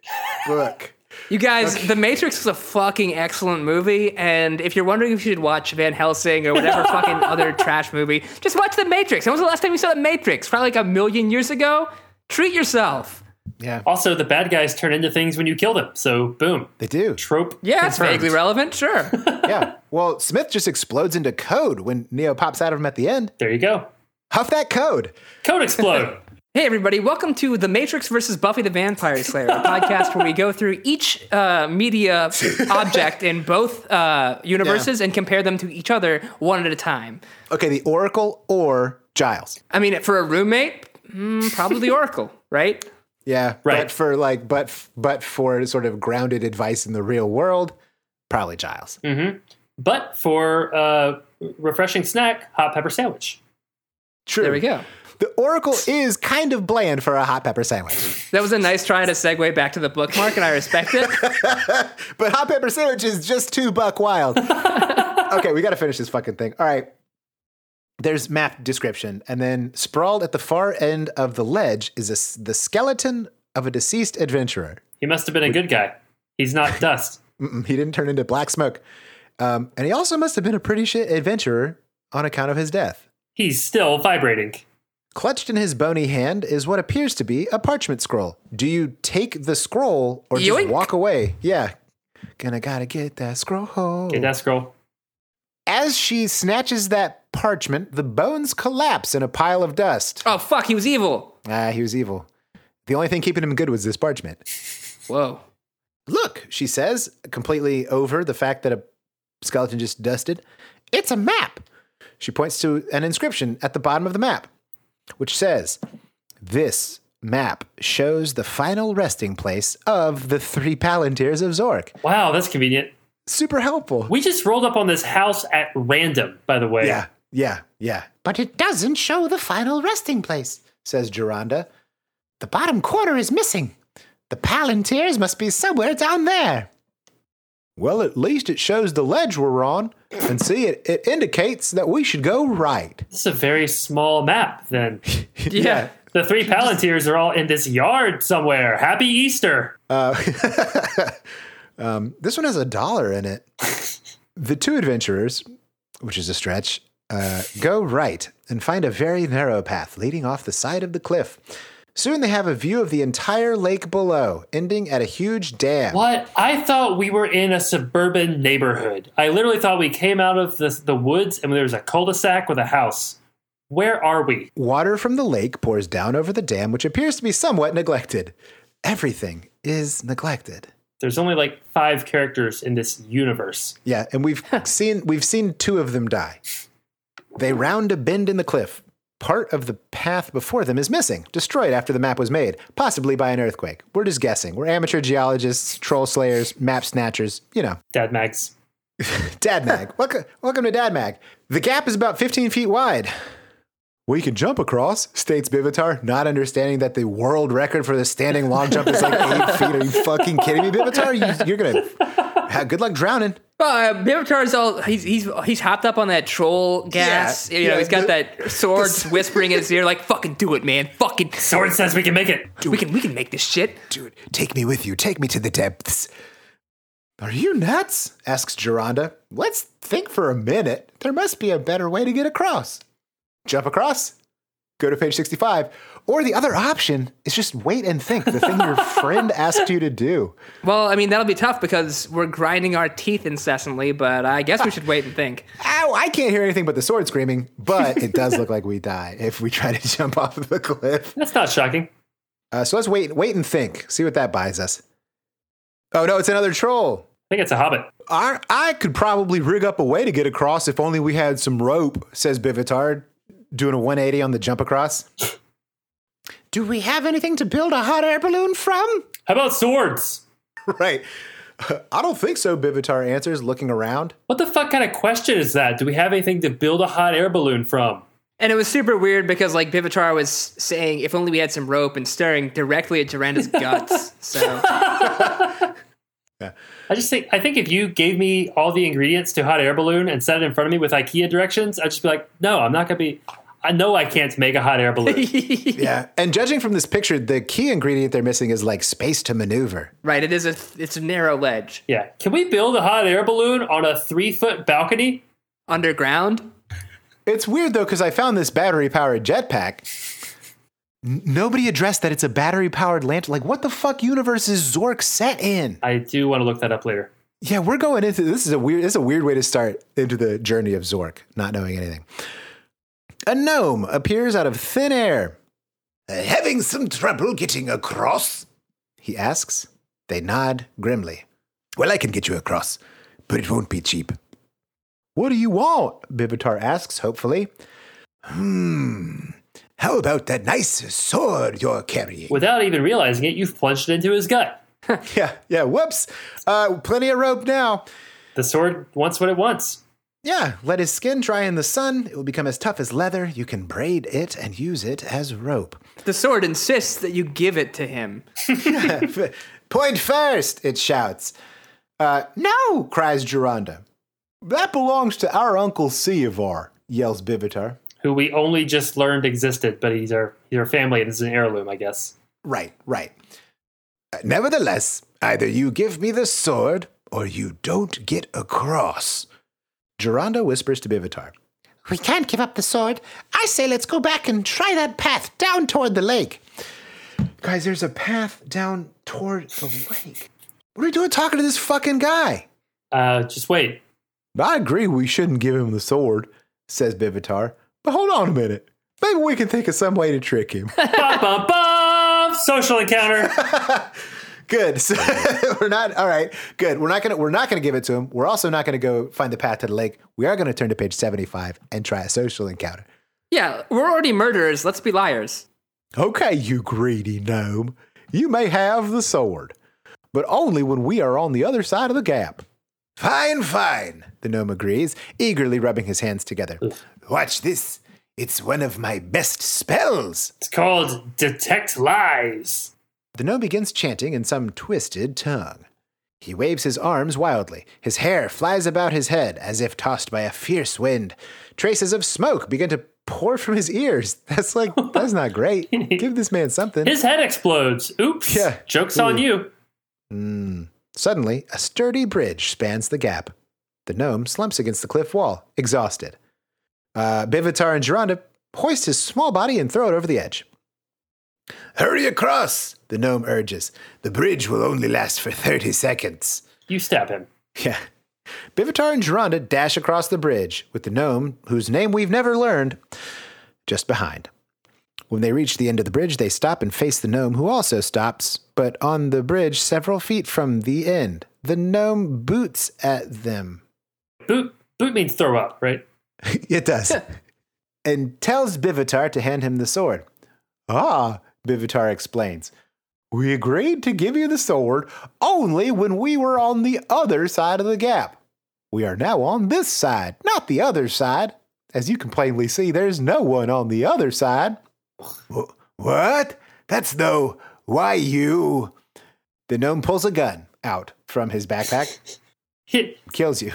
S2: book.
S4: You guys, The Matrix is a fucking excellent movie, and if you're wondering if you should watch Van Helsing or whatever fucking other trash movie, just watch The Matrix. When was the last time you saw The Matrix? Probably like a million years ago. Treat yourself.
S3: Also, the bad guys turn into things when you kill them. So, boom.
S2: They do.
S3: Trope.
S4: Yeah, it's
S3: confirmed.
S4: vaguely relevant, sure.
S2: Yeah. Well, Smith just explodes into code when Neo pops out of him at the end.
S3: There you go.
S2: Huff that code.
S3: Code explode.
S4: hey, everybody, welcome to The Matrix versus Buffy the Vampire Slayer, a podcast where we go through each uh, media object in both uh, universes and compare them to each other one at a time.
S2: Okay, the Oracle or Giles.
S4: I mean, for a roommate, hmm, probably the Oracle, right?
S2: Yeah. But
S3: Right.
S2: for like, but f- but for sort of grounded advice in the real world, probably Giles.
S4: Mm.
S3: but for uh, refreshing snack, hot pepper sandwich.
S2: True.
S4: There we go.
S2: The Oracle is kind of bland for a hot pepper sandwich,
S4: That was a nice try to segue back to the bookmark, and I respect it.
S2: but hot pepper sandwich is just too buck wild. okay, we got to finish this fucking thing. All right. There's map description, and then sprawled at the far end of the ledge is a s the skeleton of a deceased adventurer.
S3: He must have been a good guy. He's not dust.
S2: Mm-mm, he didn't turn into black smoke. Um, and he also must have been a pretty shit adventurer on account of his death.
S3: He's still vibrating.
S2: Clutched in his bony hand is what appears to be a parchment scroll. Do you take the scroll or just
S4: Yoink.
S2: walk away? Yeah. Gonna gotta get that scroll.
S3: Get that scroll.
S2: As she snatches that parchment, the bones collapse in a pile of dust.
S4: Oh fuck, he was evil.
S2: Ah, he was evil. The only thing keeping him good was this parchment.
S4: Whoa.
S2: Look, she says, completely over the fact that a skeleton just dusted. It's a map. She points to an inscription at the bottom of the map, which says, This map shows the final resting place of the three Palantirs of Zork.
S3: Wow, that's convenient.
S2: Super helpful.
S3: We just rolled up on this house at random, by the way.
S2: Yeah, yeah, yeah. But it doesn't show the final resting place, says Geronda. The bottom corner is missing. The Palantirs must be somewhere down there. Well, at least it shows the ledge we're on. And see, it, it indicates that we should go right.
S3: This is a very small map, then.
S4: Yeah.
S3: The three Palantirs are all in this yard somewhere. Happy Easter.
S2: This one has a dollar in it. the two adventurers, which is a stretch, uh, go right and find a very narrow path leading off the side of the cliff. Soon they have a view of the entire lake below, ending at a huge dam.
S3: What? I thought we were in a suburban neighborhood. I literally thought we came out of the, the woods and there was a cul de sac with a house. Where are we?
S2: Water from the lake pours down over the dam, which appears to be somewhat neglected. Everything is neglected.
S3: There's only like five characters in this universe.
S2: Yeah, and we've seen we've seen two of them die. They round a bend in the cliff, part of the path before them is missing, destroyed after the map was made, possibly by an earthquake. We're just guessing. We're amateur geologists, troll slayers, map snatchers, you know.
S3: Dad Max.
S2: Dad Mag. welcome, welcome to Dad Mag. The gap is about 15 feet wide. We can jump across, states Bivitar, not understanding that the world record for the standing long jump is like eight feet. Are you fucking kidding me, Bivitar? You, you're going to have good luck drowning.
S4: Well, uh, Beartar's all he's he's he's hopped up on that troll gas.
S2: Yeah,
S4: you know,
S2: yeah,
S4: he's got
S2: the-
S4: that sword whispering in his ear, like "fucking do it, man, fucking
S3: Sword says we can make it.
S4: we can we can make this shit."
S2: Dude, take me with you. Take me to the depths. Are you nuts? asks Geronda. Let's think for a minute. There must be a better way to get across. Jump across, go to page 65. Or the other option is just wait and think the thing your friend asked you to do.
S4: Well, I mean that'll be tough because we're grinding our teeth incessantly, but I guess we should wait and think.
S2: Ow, I can't hear anything but the sword screaming, but it does look like we die if we try to jump off of the cliff.
S3: That's not shocking.
S2: Uh, so let's wait, wait and think, see what that buys us. Oh no, it's another troll.
S3: I think it's a hobbit.
S2: I, I could probably rig up a way to get across if only we had some rope, says Bivitard, doing a 180 on the jump across. Do we have anything to build a hot air balloon from?
S3: How about swords?
S2: Right. I don't think so, Bivitar answers, looking around.
S3: What the fuck kind of question is that? Do we have anything to build a hot air balloon from?
S4: And it was super weird because like Bivitar was saying, "If only we had some rope," and staring directly at Duranda's guts. So
S3: I just think I think if you gave me all the ingredients to hot air balloon and set it in front of me with IKEA directions, I'd just be like, no, I'm not gonna be. I know I can't make a hot air balloon.
S2: Yeah. And judging from this picture, the key ingredient they're missing is like space to maneuver.
S4: right, it is a it's a narrow ledge
S3: yeah, can we build a hot air balloon on a three foot balcony?
S4: underground.
S2: It's weird though, because I found this battery powered jetpack. N- Nobody addressed that it's a battery powered lantern. Like, what the fuck universe is Zork set in?
S3: I do want to look that up later.
S2: Yeah, we're going into this is a weird this is a weird way to start into the journey of Zork, not knowing anything. A gnome appears out of thin air. having some trouble getting across? He asks. They nod grimly. Well, I can get you across, but it won't be cheap. What do you want? Bivitar asks, hopefully. Hmm. How about that nice sword you're carrying?
S3: Without even realizing it, you've plunged it into his gut.
S2: Yeah, yeah, whoops. Uh, plenty of rope now.
S3: The sword wants what it wants.
S2: Yeah, let his skin dry in the sun. It will become as tough as leather. You can braid it and use it as rope.
S4: The sword insists that you give it to him.
S2: Point first, it shouts. Uh, no, cries Geronda. That belongs to our uncle Seavar, yells Bivitar.
S3: Who we only just learned existed, but he's our he's our family and it's an heirloom, I guess.
S2: Right, right. Uh, nevertheless, either you give me the sword or you don't get across. Geronda whispers to Bivitar. We can't give up the sword. I say let's go back and try that path down toward the lake. Guys, there's a path down toward the lake. What are we doing talking to this fucking guy?
S3: Uh, just wait.
S2: I agree we shouldn't give him the sword, says Bivitar. But hold on a minute. Maybe we can think of some way to trick him.
S3: Bum, bum, bum! Social encounter.
S2: good. So we're not all right. Good. We're not gonna we're not gonna give it to him. We're also not gonna go find the path to the lake. We are gonna turn to page seventy five and try a social encounter.
S4: Yeah, we're already murderers. Let's be liars.
S2: Okay, you greedy gnome. You may have the sword, but only when we are on the other side of the gap. Fine, fine, the gnome agrees, eagerly rubbing his hands together. Watch this. It's one of my best spells.
S3: It's called Detect Lies.
S2: The gnome begins chanting in some twisted tongue. He waves his arms wildly. His hair flies about his head as if tossed by a fierce wind. Traces of smoke begin to pour from his ears. That's like, that's not great. Give this man something.
S3: His head explodes. Oops.
S2: Yeah.
S3: Joke's on you.
S2: Suddenly, a sturdy bridge spans the gap. The gnome slumps against the cliff wall, exhausted. Uh, Bivitar and Geronda hoist his small body and throw it over the edge. Hurry across, the gnome urges. The bridge will only last for 30 seconds.
S3: You stab him.
S2: Yeah. Bivitar and Geronda dash across the bridge with the gnome, whose name we've never learned, just behind. When they reach the end of the bridge, they stop and face the gnome, who also stops, but on the bridge several feet from the end. The gnome boots at them.
S3: Boot boot means throw up, right?
S2: It does. and tells Bivitar to hand him the sword. Ah, Bivitar explains. We agreed to give you the sword only when we were on the other side of the gap. We are now on this side, not the other side. As you can plainly see, there's no one on the other side. "Wh- What? That's no. Why you? The gnome pulls a gun out from his backpack, kills you.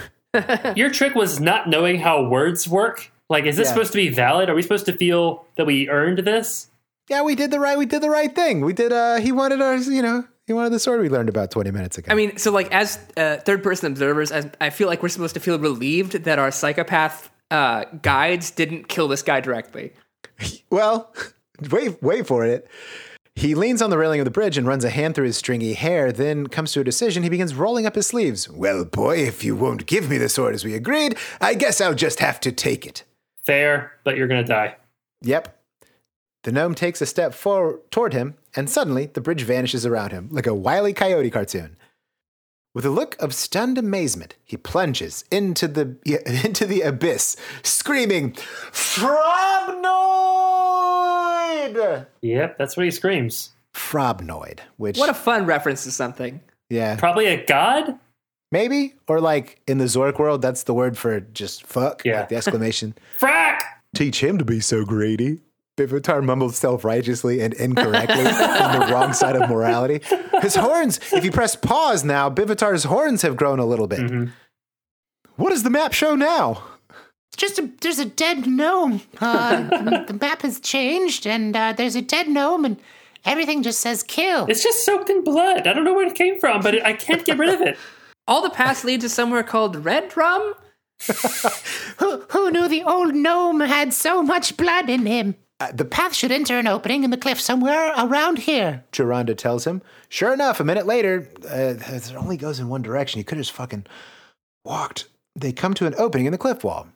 S3: Your trick was not knowing how words work. Like, is this
S2: Yeah.
S3: supposed to be valid? Are we supposed to feel that we earned this?
S2: Yeah, we did the right. We did the right thing. We did. Uh, he wanted ours. You know, he wanted the sword we learned about twenty minutes ago.
S4: I mean, so like as uh, third person observers, as, I feel like we're supposed to feel relieved that our psychopath uh, guides didn't kill this guy directly.
S2: Well, wait, wait for it. He leans on the railing of the bridge and runs a hand through his stringy hair, then comes to a decision. He begins rolling up his sleeves. Well, boy, if you won't give me the sword as we agreed, I guess I'll just have to take it.
S3: Fair, but you're gonna die.
S2: Yep. The gnome takes a step forward toward him, and suddenly the bridge vanishes around him, like a wily coyote cartoon. With a look of stunned amazement, he plunges into the into the abyss, screaming, "Frobnoid!"
S3: Yep, that's what he screams.
S2: Frobnoid, which
S4: What a fun reference to something.
S2: yeah,
S3: Probably a god.
S2: maybe or like in the Zork world, that's the word for just fuck,
S3: Yeah.
S2: like the exclamation.
S3: Frack.
S2: Teach him to be so greedy. Bivitar mumbles self-righteously and incorrectly on the wrong side of morality. His horns, if you press pause now, Bivitar's horns have grown a little bit. What does the map show now?
S5: just a, there's a dead gnome. Uh, the map has changed, and uh, there's a dead gnome, and everything just says kill.
S3: It's just soaked in blood. I don't know where it came from, but it, I can't get rid of it.
S4: All the paths lead to somewhere called Red Drum.
S5: Who, who knew the old gnome had so much blood in him?
S2: Uh, the
S5: Path should enter an opening in the cliff somewhere around here.
S2: Geronda tells him. Sure enough, a minute later, uh, it only goes in one direction. He could have just fucking walked. They come to an opening in the cliff wall.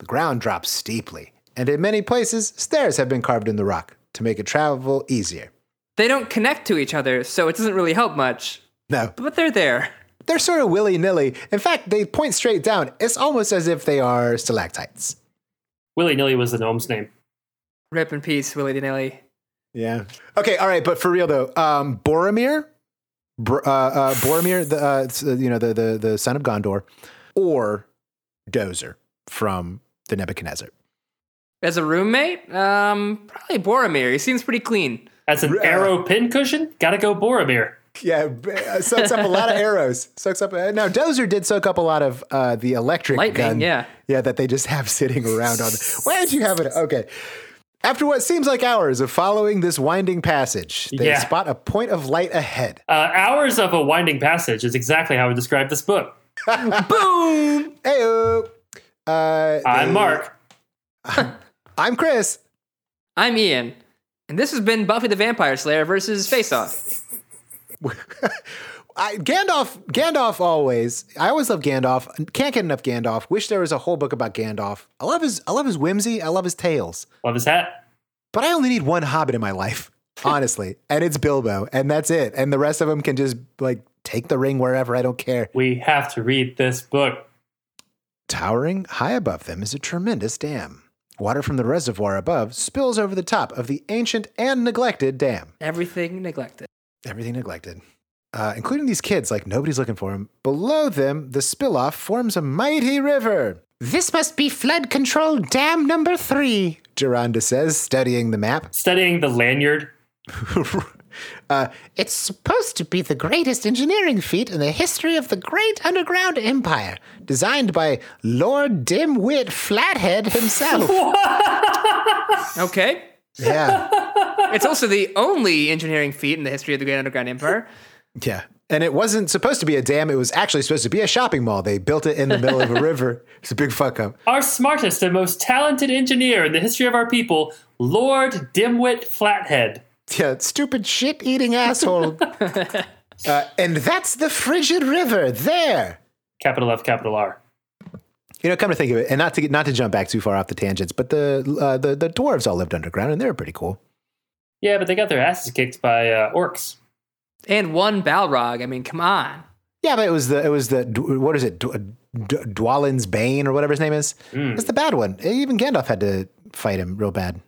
S2: The ground drops steeply, and in many places, stairs have been carved in the rock to make it travel easier.
S4: They don't connect to each other, so it doesn't really help much.
S2: No,
S4: But they're there.
S2: they're sort of willy nilly. In fact, they point straight down. It's almost as if they are stalactites.
S3: Willy nilly was the gnome's name.
S4: Rip in peace, Willy Nilly.
S2: Yeah. Okay. All right. But for real though, um, Boromir, Br- uh, uh, Boromir, the uh, s- uh, you know the the the son of Gondor, or Dozer from the Nebuchadnezzar.
S4: As a roommate, um, probably Boromir. He seems pretty clean.
S3: As an
S2: Uh.
S3: arrow pincushion, gotta go Boromir.
S2: Yeah, b- uh, sucks up a lot of arrows. Sucks up. Uh, now Dozer did soak up a lot of uh, the electric
S4: Lightning,
S2: gun.
S4: yeah.
S2: yeah, that they just have sitting around on. Why don't you have it? Okay. After what seems like hours of following this winding passage, they
S3: Yeah.
S2: spot a point of light ahead.
S3: Uh, hours of a winding passage is exactly how I would describe this book.
S4: Boom!
S2: Heyo. Uh,
S3: I'm
S2: they-
S3: Mark.
S2: I'm Chris.
S4: I'm Ian. And this has been Buffy the Vampire Slayer versus Face Off.
S2: I, Gandalf, Gandalf always. I always love Gandalf. Can't get enough Gandalf. Wish there was a whole book about Gandalf. I love his. I love his whimsy. I love his tales.
S3: Love his hat.
S2: But I only need one Hobbit in my life, honestly, and it's Bilbo, and that's it. And the rest of them can just like take the ring wherever. I don't care.
S3: We have to read this book.
S2: Towering high above them is a tremendous dam. Water from the reservoir above spills over the top of the ancient and neglected dam.
S4: Everything neglected.
S2: everything neglected, uh, including these kids. Like nobody's looking for them. Below them, the spill off forms a mighty river.
S5: This must be flood control dam number three.
S2: Geronda says, studying the map.
S3: Studying the lanyard.
S5: Uh, It's supposed to be the greatest engineering feat in the history of the great underground empire,
S2: Designed by Lord Dimwit Flathead himself.
S4: Okay.
S2: yeah,
S4: It's also the only engineering feat in the history of the Great Underground Empire.
S2: yeah. And it wasn't supposed to be a dam. It was actually supposed to be a shopping mall. They built it in the middle of a river. It's a big fuck up.
S3: Our smartest and most talented engineer in the history of our people, Lord Dimwit Flathead.
S2: Yeah, stupid shit eating asshole. uh, and that's the frigid river there.
S3: Capital F, capital R.
S2: You know, come to think of it, and not to get, not to jump back too far off the tangents, but the uh, the the dwarves all lived underground, and they were pretty cool.
S3: Yeah, but they got their asses kicked by uh, orcs.
S4: And one Balrog. I mean, come on.
S2: Yeah, but it was the it was the d- what is it? D- D- Dwalin's Bane or whatever his name is.
S3: Hmm.
S2: It's the bad one. Uh, Even Gandalf had to fight him real bad.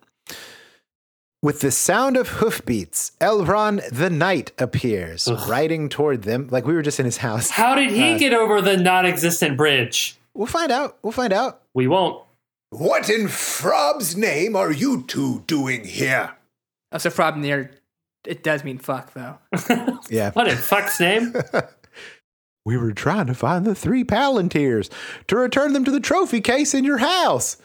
S2: With the sound of hoofbeats, Elrond the Knight appears, riding toward them like we were just in his house.
S3: How did he get over the non-existent bridge?
S2: We'll find out. We'll find out.
S3: We won't.
S2: What in Frob's name are you two doing here?
S4: Oh, so Frob near it does mean fuck though.
S2: Yeah.
S3: What in fuck's name?
S2: We were trying to find the three Palantirs to return them to the trophy case in your house.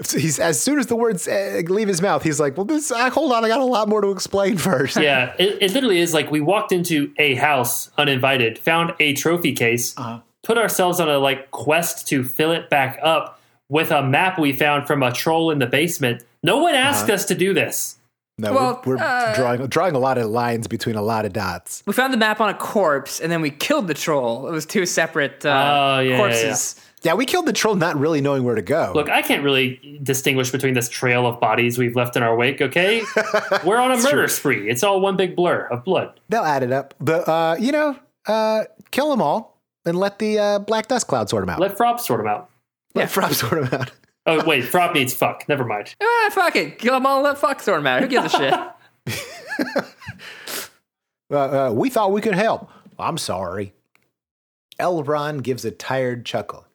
S2: So He's as soon as the words uh, leave his mouth, he's like, "Well, this. I, hold on, I got a lot more to explain first.
S3: yeah, it, it literally is like we walked into a house uninvited, found a trophy case, put ourselves on a like quest to fill it back up with a map we found from a troll in the basement. No one asked us to do this.
S2: No,
S4: Well,
S2: we're, we're
S4: uh,
S2: drawing drawing a lot of lines between a lot of dots.
S4: We found the map on a corpse, and then we killed the troll. It was two separate uh,
S3: Oh, yeah, yeah,
S4: corpses.
S2: Yeah, we killed the troll, not really knowing where to go.
S3: Look, I can't really distinguish between this trail of bodies we've left in our wake, okay? We're on a murder spree. It's all one big blur of blood.
S2: They'll add it up, but uh, you know, uh, kill them all and let the uh, black dust cloud sort them out. Let,
S3: Let Frop sort them out.
S4: yeah.
S2: Frob sort them out.
S3: Oh, wait, Frop needs fuck. Never mind.
S4: Ah, fuck it. Kill them all. Let fuck throw them out. Who gives a shit?
S2: Uh, uh, we thought we could help. I'm sorry. Elrond gives a tired chuckle.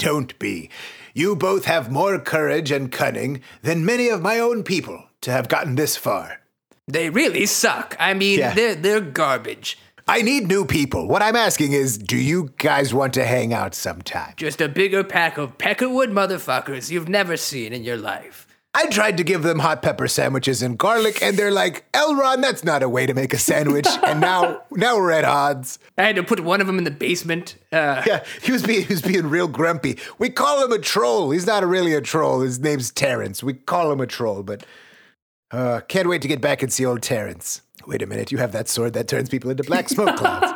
S2: Don't be. You both have more courage and cunning than many of my own people to have gotten this far.
S4: They really suck. I mean,
S2: Yeah.
S4: they're they're garbage.
S2: I need new people. What I'm asking is do you guys want to hang out sometime?
S4: Just a bigger pack of peckerwood motherfuckers you've never seen in your life.
S2: I tried to give them hot pepper sandwiches and garlic, and they're like, Elrond, that's not a way to make a sandwich. and now, now we're at odds.
S4: I had to put one of them in the basement. Uh,
S2: Yeah, he was being he was being real grumpy. We call him a troll. He's not really a troll. His name's Terrence. We call him a troll, but uh, can't wait to get back and see old Terrence. Wait a minute, you have that sword that turns people into black smoke clouds.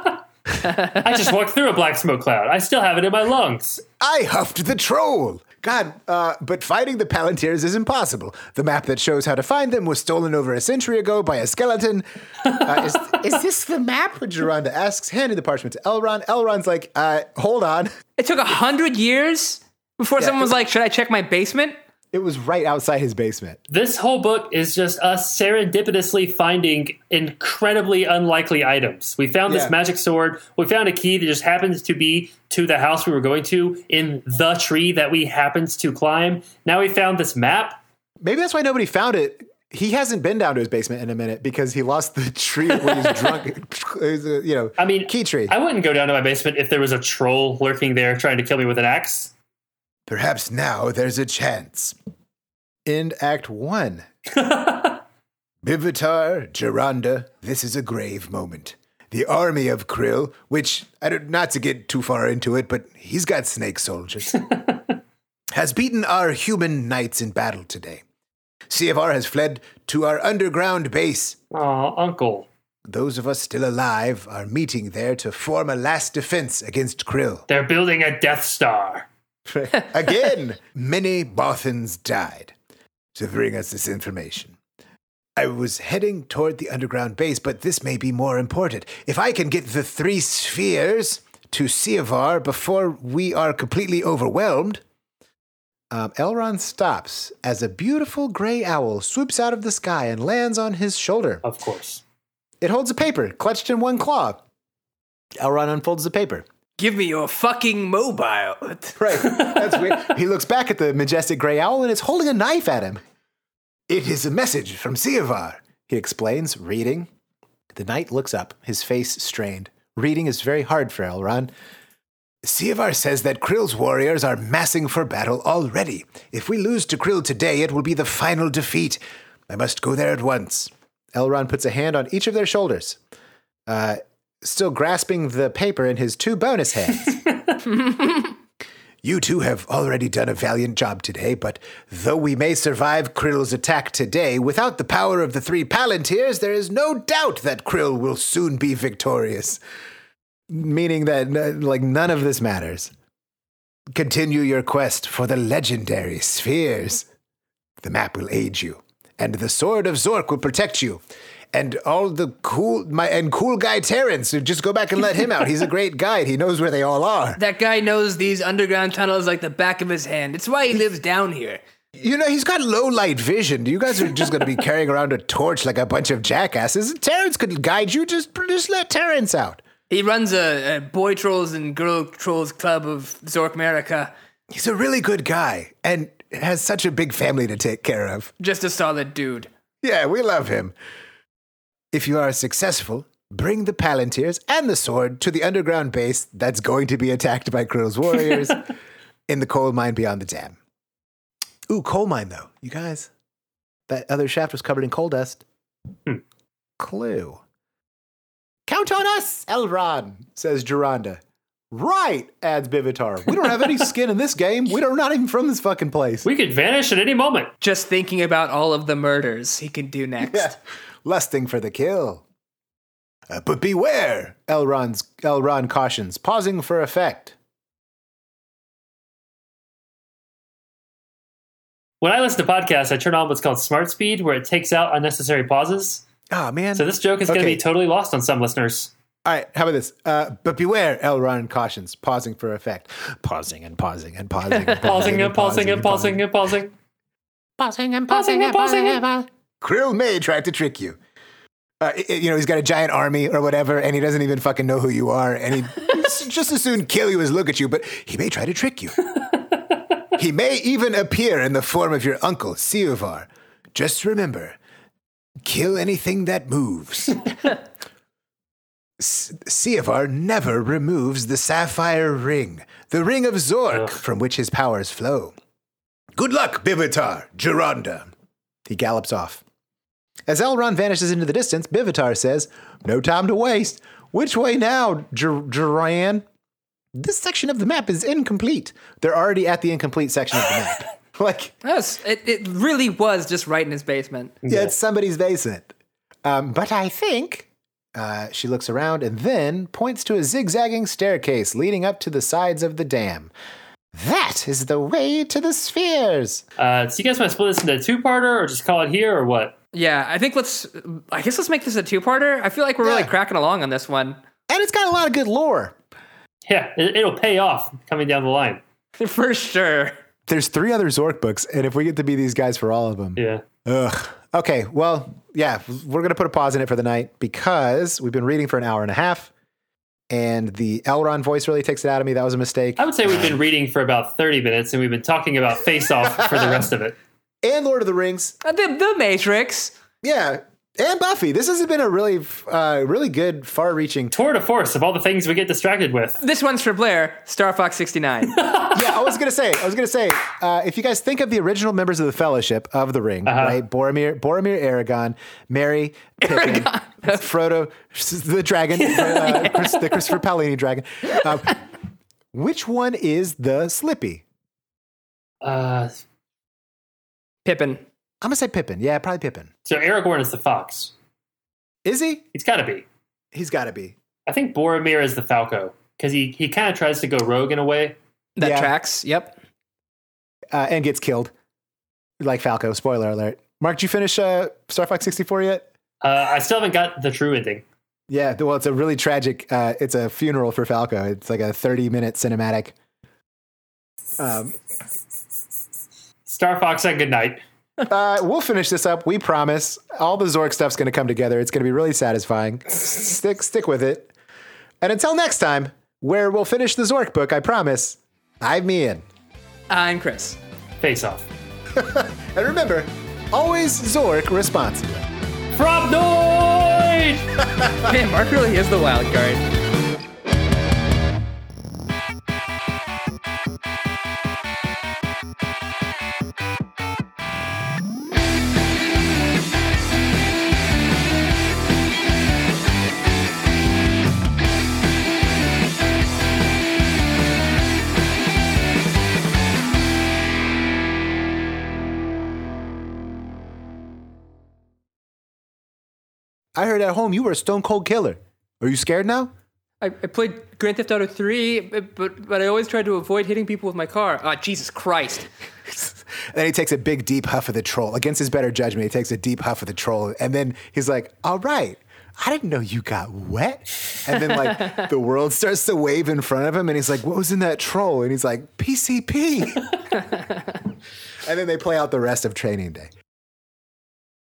S3: I just walked through a black smoke cloud. I still have it in my lungs.
S2: I huffed the troll. God, uh, but fighting the Palantirs is impossible. The map that shows how to find them was stolen over a century ago by a skeleton. Uh, is,
S5: Is this the map?
S2: Geronda asks, handing the parchment to Elrond. Elrond's like, uh, hold on.
S4: it took a hundred years before someone was like, "Should I check my basement?"
S2: It was right outside his basement.
S3: This whole book is just us serendipitously finding incredibly unlikely items. We found
S2: Yeah.
S3: this magic sword. We found a key that just happens to be to the house we were going to in the tree that we happened to climb. Now we found this map.
S2: Maybe that's why nobody found it. He hasn't been down to his basement in a minute because he lost the tree when he was drunk. It was a, you know,
S3: I mean,
S2: key tree.
S3: I wouldn't go down to my basement if there was a troll lurking there trying to kill me with an axe.
S2: Perhaps now there's a chance. End Act One. Bivitar, Geranda, this is a grave moment. The army of Krill, which I don't, not to get too far into it, but he's got snake soldiers, has beaten our human knights in battle today. CFR has fled to our underground base.
S3: Aw, uncle.
S2: Those of us still alive are meeting there to form a last defense against Krill.
S3: They're building a Death Star.
S2: Again, many Bothans died. To bring us this information. I was heading toward the underground base, but this may be more important. If I can get the three spheres to Siavar before we are completely overwhelmed. Um, Elrond stops as a beautiful gray owl swoops out of the sky and lands on his shoulder.
S3: Of course.
S2: It holds a paper clutched in one claw. Elrond unfolds the paper.
S4: Give me your fucking mobile.
S2: Right. That's weird. he looks back at the majestic gray owl and it's holding a knife at him. It is a message from Siavar, he explains, reading. The knight looks up, his face strained. Reading is very hard for Elrond. Siavar says that Krill's warriors are massing for battle already. If we lose to Krill today, it will be the final defeat. I must go there at once. Elrond puts a hand on each of their shoulders, uh, still grasping the paper in his two bonus hands. You two have already done a valiant job today, but though we may survive Krill's attack today, without the power of the three Palantirs, there is no doubt that Krill will soon be victorious. Meaning that, uh, like, none of this matters. Continue your quest for the legendary spheres. The map will aid you, and the sword of Zork will protect you. and all the cool my and cool guy Terrence. Just go back and let him out. He's a great guide. He knows where they all are.
S4: That guy knows these underground tunnels like the back of his hand. It's why he lives down here.
S2: You know, he's got low light vision. You guys are just going to be carrying around a torch like a bunch of jackasses. Terrence could guide you. Just, just let Terrence out.
S4: He runs a, a boy trolls and girl trolls club of Zork America.
S2: He's a really good guy and has such a big family to take care of.
S4: Just a solid dude.
S2: Yeah, we love him. If you are successful, bring the palantirs and the sword to the underground base that's going to be attacked by Krill's warriors in the coal mine beyond the dam. Ooh, coal mine though, you guys. That other shaft was covered in coal dust.
S3: Hmm.
S2: Clue. Count on us, Elron, says Geranda. Right, adds Bivitar. We don't have any skin in this game. We are not even from this fucking place.
S3: We could vanish at any moment.
S4: Just thinking about all of the murders he can do next.
S2: Yeah. Lusting for the kill. Uh, but beware, Elron's, Elron cautions, pausing for effect.
S3: When I listen to podcasts, I turn on what's called smart speed, where it takes out unnecessary pauses.
S2: Ah, man.
S3: So this joke is going to
S2: Okay.
S3: be totally lost on some listeners.
S2: All right, how about this? Uh, but beware, Elron cautions, pausing for effect. Pausing and pausing and pausing. And
S3: Pausing and pausing and pausing and pausing.
S5: Pausing and pausing and pausing and pausing.
S2: Krill may try to trick you. Uh, i- i- you know, he's got a giant army or whatever, and he doesn't even fucking know who you are, and he just as soon kill you as look at you, but he may try to trick you. he may even appear in the form of your uncle, Siuvar. Just remember, kill anything that moves. S- Siuvar never removes the sapphire ring, the ring of Zork, from which his powers flow. Good luck, Bivitar, Gironda. He gallops off. As Elrond vanishes into the distance, Bivitar says, No time to waste. Which way now, Ger- Geran? This section of the map is incomplete. They're already at the incomplete section of the map. like,
S4: Yes, it, it really was just right in his basement.
S2: yeah, it's somebody's basement. Um, but I think uh, she looks around and then points to a zigzagging staircase leading up to the sides of the dam. That is the way to the spheres.
S3: Uh, so you guys want to split this into a two-parter, or just call it here, or what?
S4: Yeah, I think let's. I guess let's make this a two-parter. I feel like we're really
S2: Yeah.
S4: cracking along on this one.
S2: And it's got a lot of good lore.
S3: Yeah, it, it'll pay off coming down the line.
S4: For sure.
S2: There's three other Zork books, and if we get to be these guys for all of them,
S3: Yeah.
S2: Ugh. Okay. Well, yeah, we're going to put a pause in it for the night because we've been reading for an hour and a half, and the Elrond voice really takes it out of me. That was a mistake.
S3: I would say we've been reading for about 30 minutes and we've been talking about Face Off for the rest of it.
S2: And Lord of the Rings.
S4: Uh, The, the Matrix.
S2: Yeah. And Buffy. This has been a really, uh, really good, far reaching.
S3: Tour de force of all the things we get distracted with.
S4: This one's for Blair. Star Fox 69.
S2: yeah, I was going to say, I was going to say, uh, if you guys think of the original members of the Fellowship of the Ring, right? Boromir, Boromir Aragon, Mary, Pippin, Frodo, the dragon, uh, Chris, the Christopher Paolini dragon. Um, which one is the Slippy?
S3: Uh,
S4: Pippin.
S2: I'm gonna say Pippin. Yeah, probably Pippin.
S3: so Aragorn is the fox.
S2: Is he?
S3: He's got to be.
S2: He's got to be.
S3: I think Boromir is the falco because he, he kind of tries to go rogue in a way.
S4: That
S2: Yeah.
S4: tracks. Yep.
S2: Uh, and gets killed, like Falco. Spoiler alert. Mark, did you finish uh, Star Fox 64 yet?
S3: Uh, I still haven't got the true ending.
S2: Yeah. Well, it's a really tragic. Uh, it's a funeral for Falco. It's like a 30 minute cinematic. Um,
S3: Star Fox and Goodnight.
S2: uh, we'll finish this up. We promise. All the Zork stuff's gonna come together. It's gonna be really satisfying. stick, stick with it. And until next time, where we'll finish the Zork book, I promise. I'm Ian.
S4: I'm Uh, Chris.
S3: Face Off.
S2: And remember, always Zork responsibly.
S3: From Noid!
S4: Man, Mark really is the wild card.
S2: I heard at home you were a stone cold killer. Are you scared now?
S4: I, I played Grand Theft Auto 3, but, but but I always tried to avoid hitting people with my car. Ah, Jesus Christ.
S2: And then he takes a big, deep huff of the troll. Against his better judgment, he takes a deep huff of the troll. And then he's like, all right. I didn't know you got wet. And then, like, the world starts to wave in front of him, and he's like, What was in that troll? And he's like, PCP. and then they play out the rest of training day.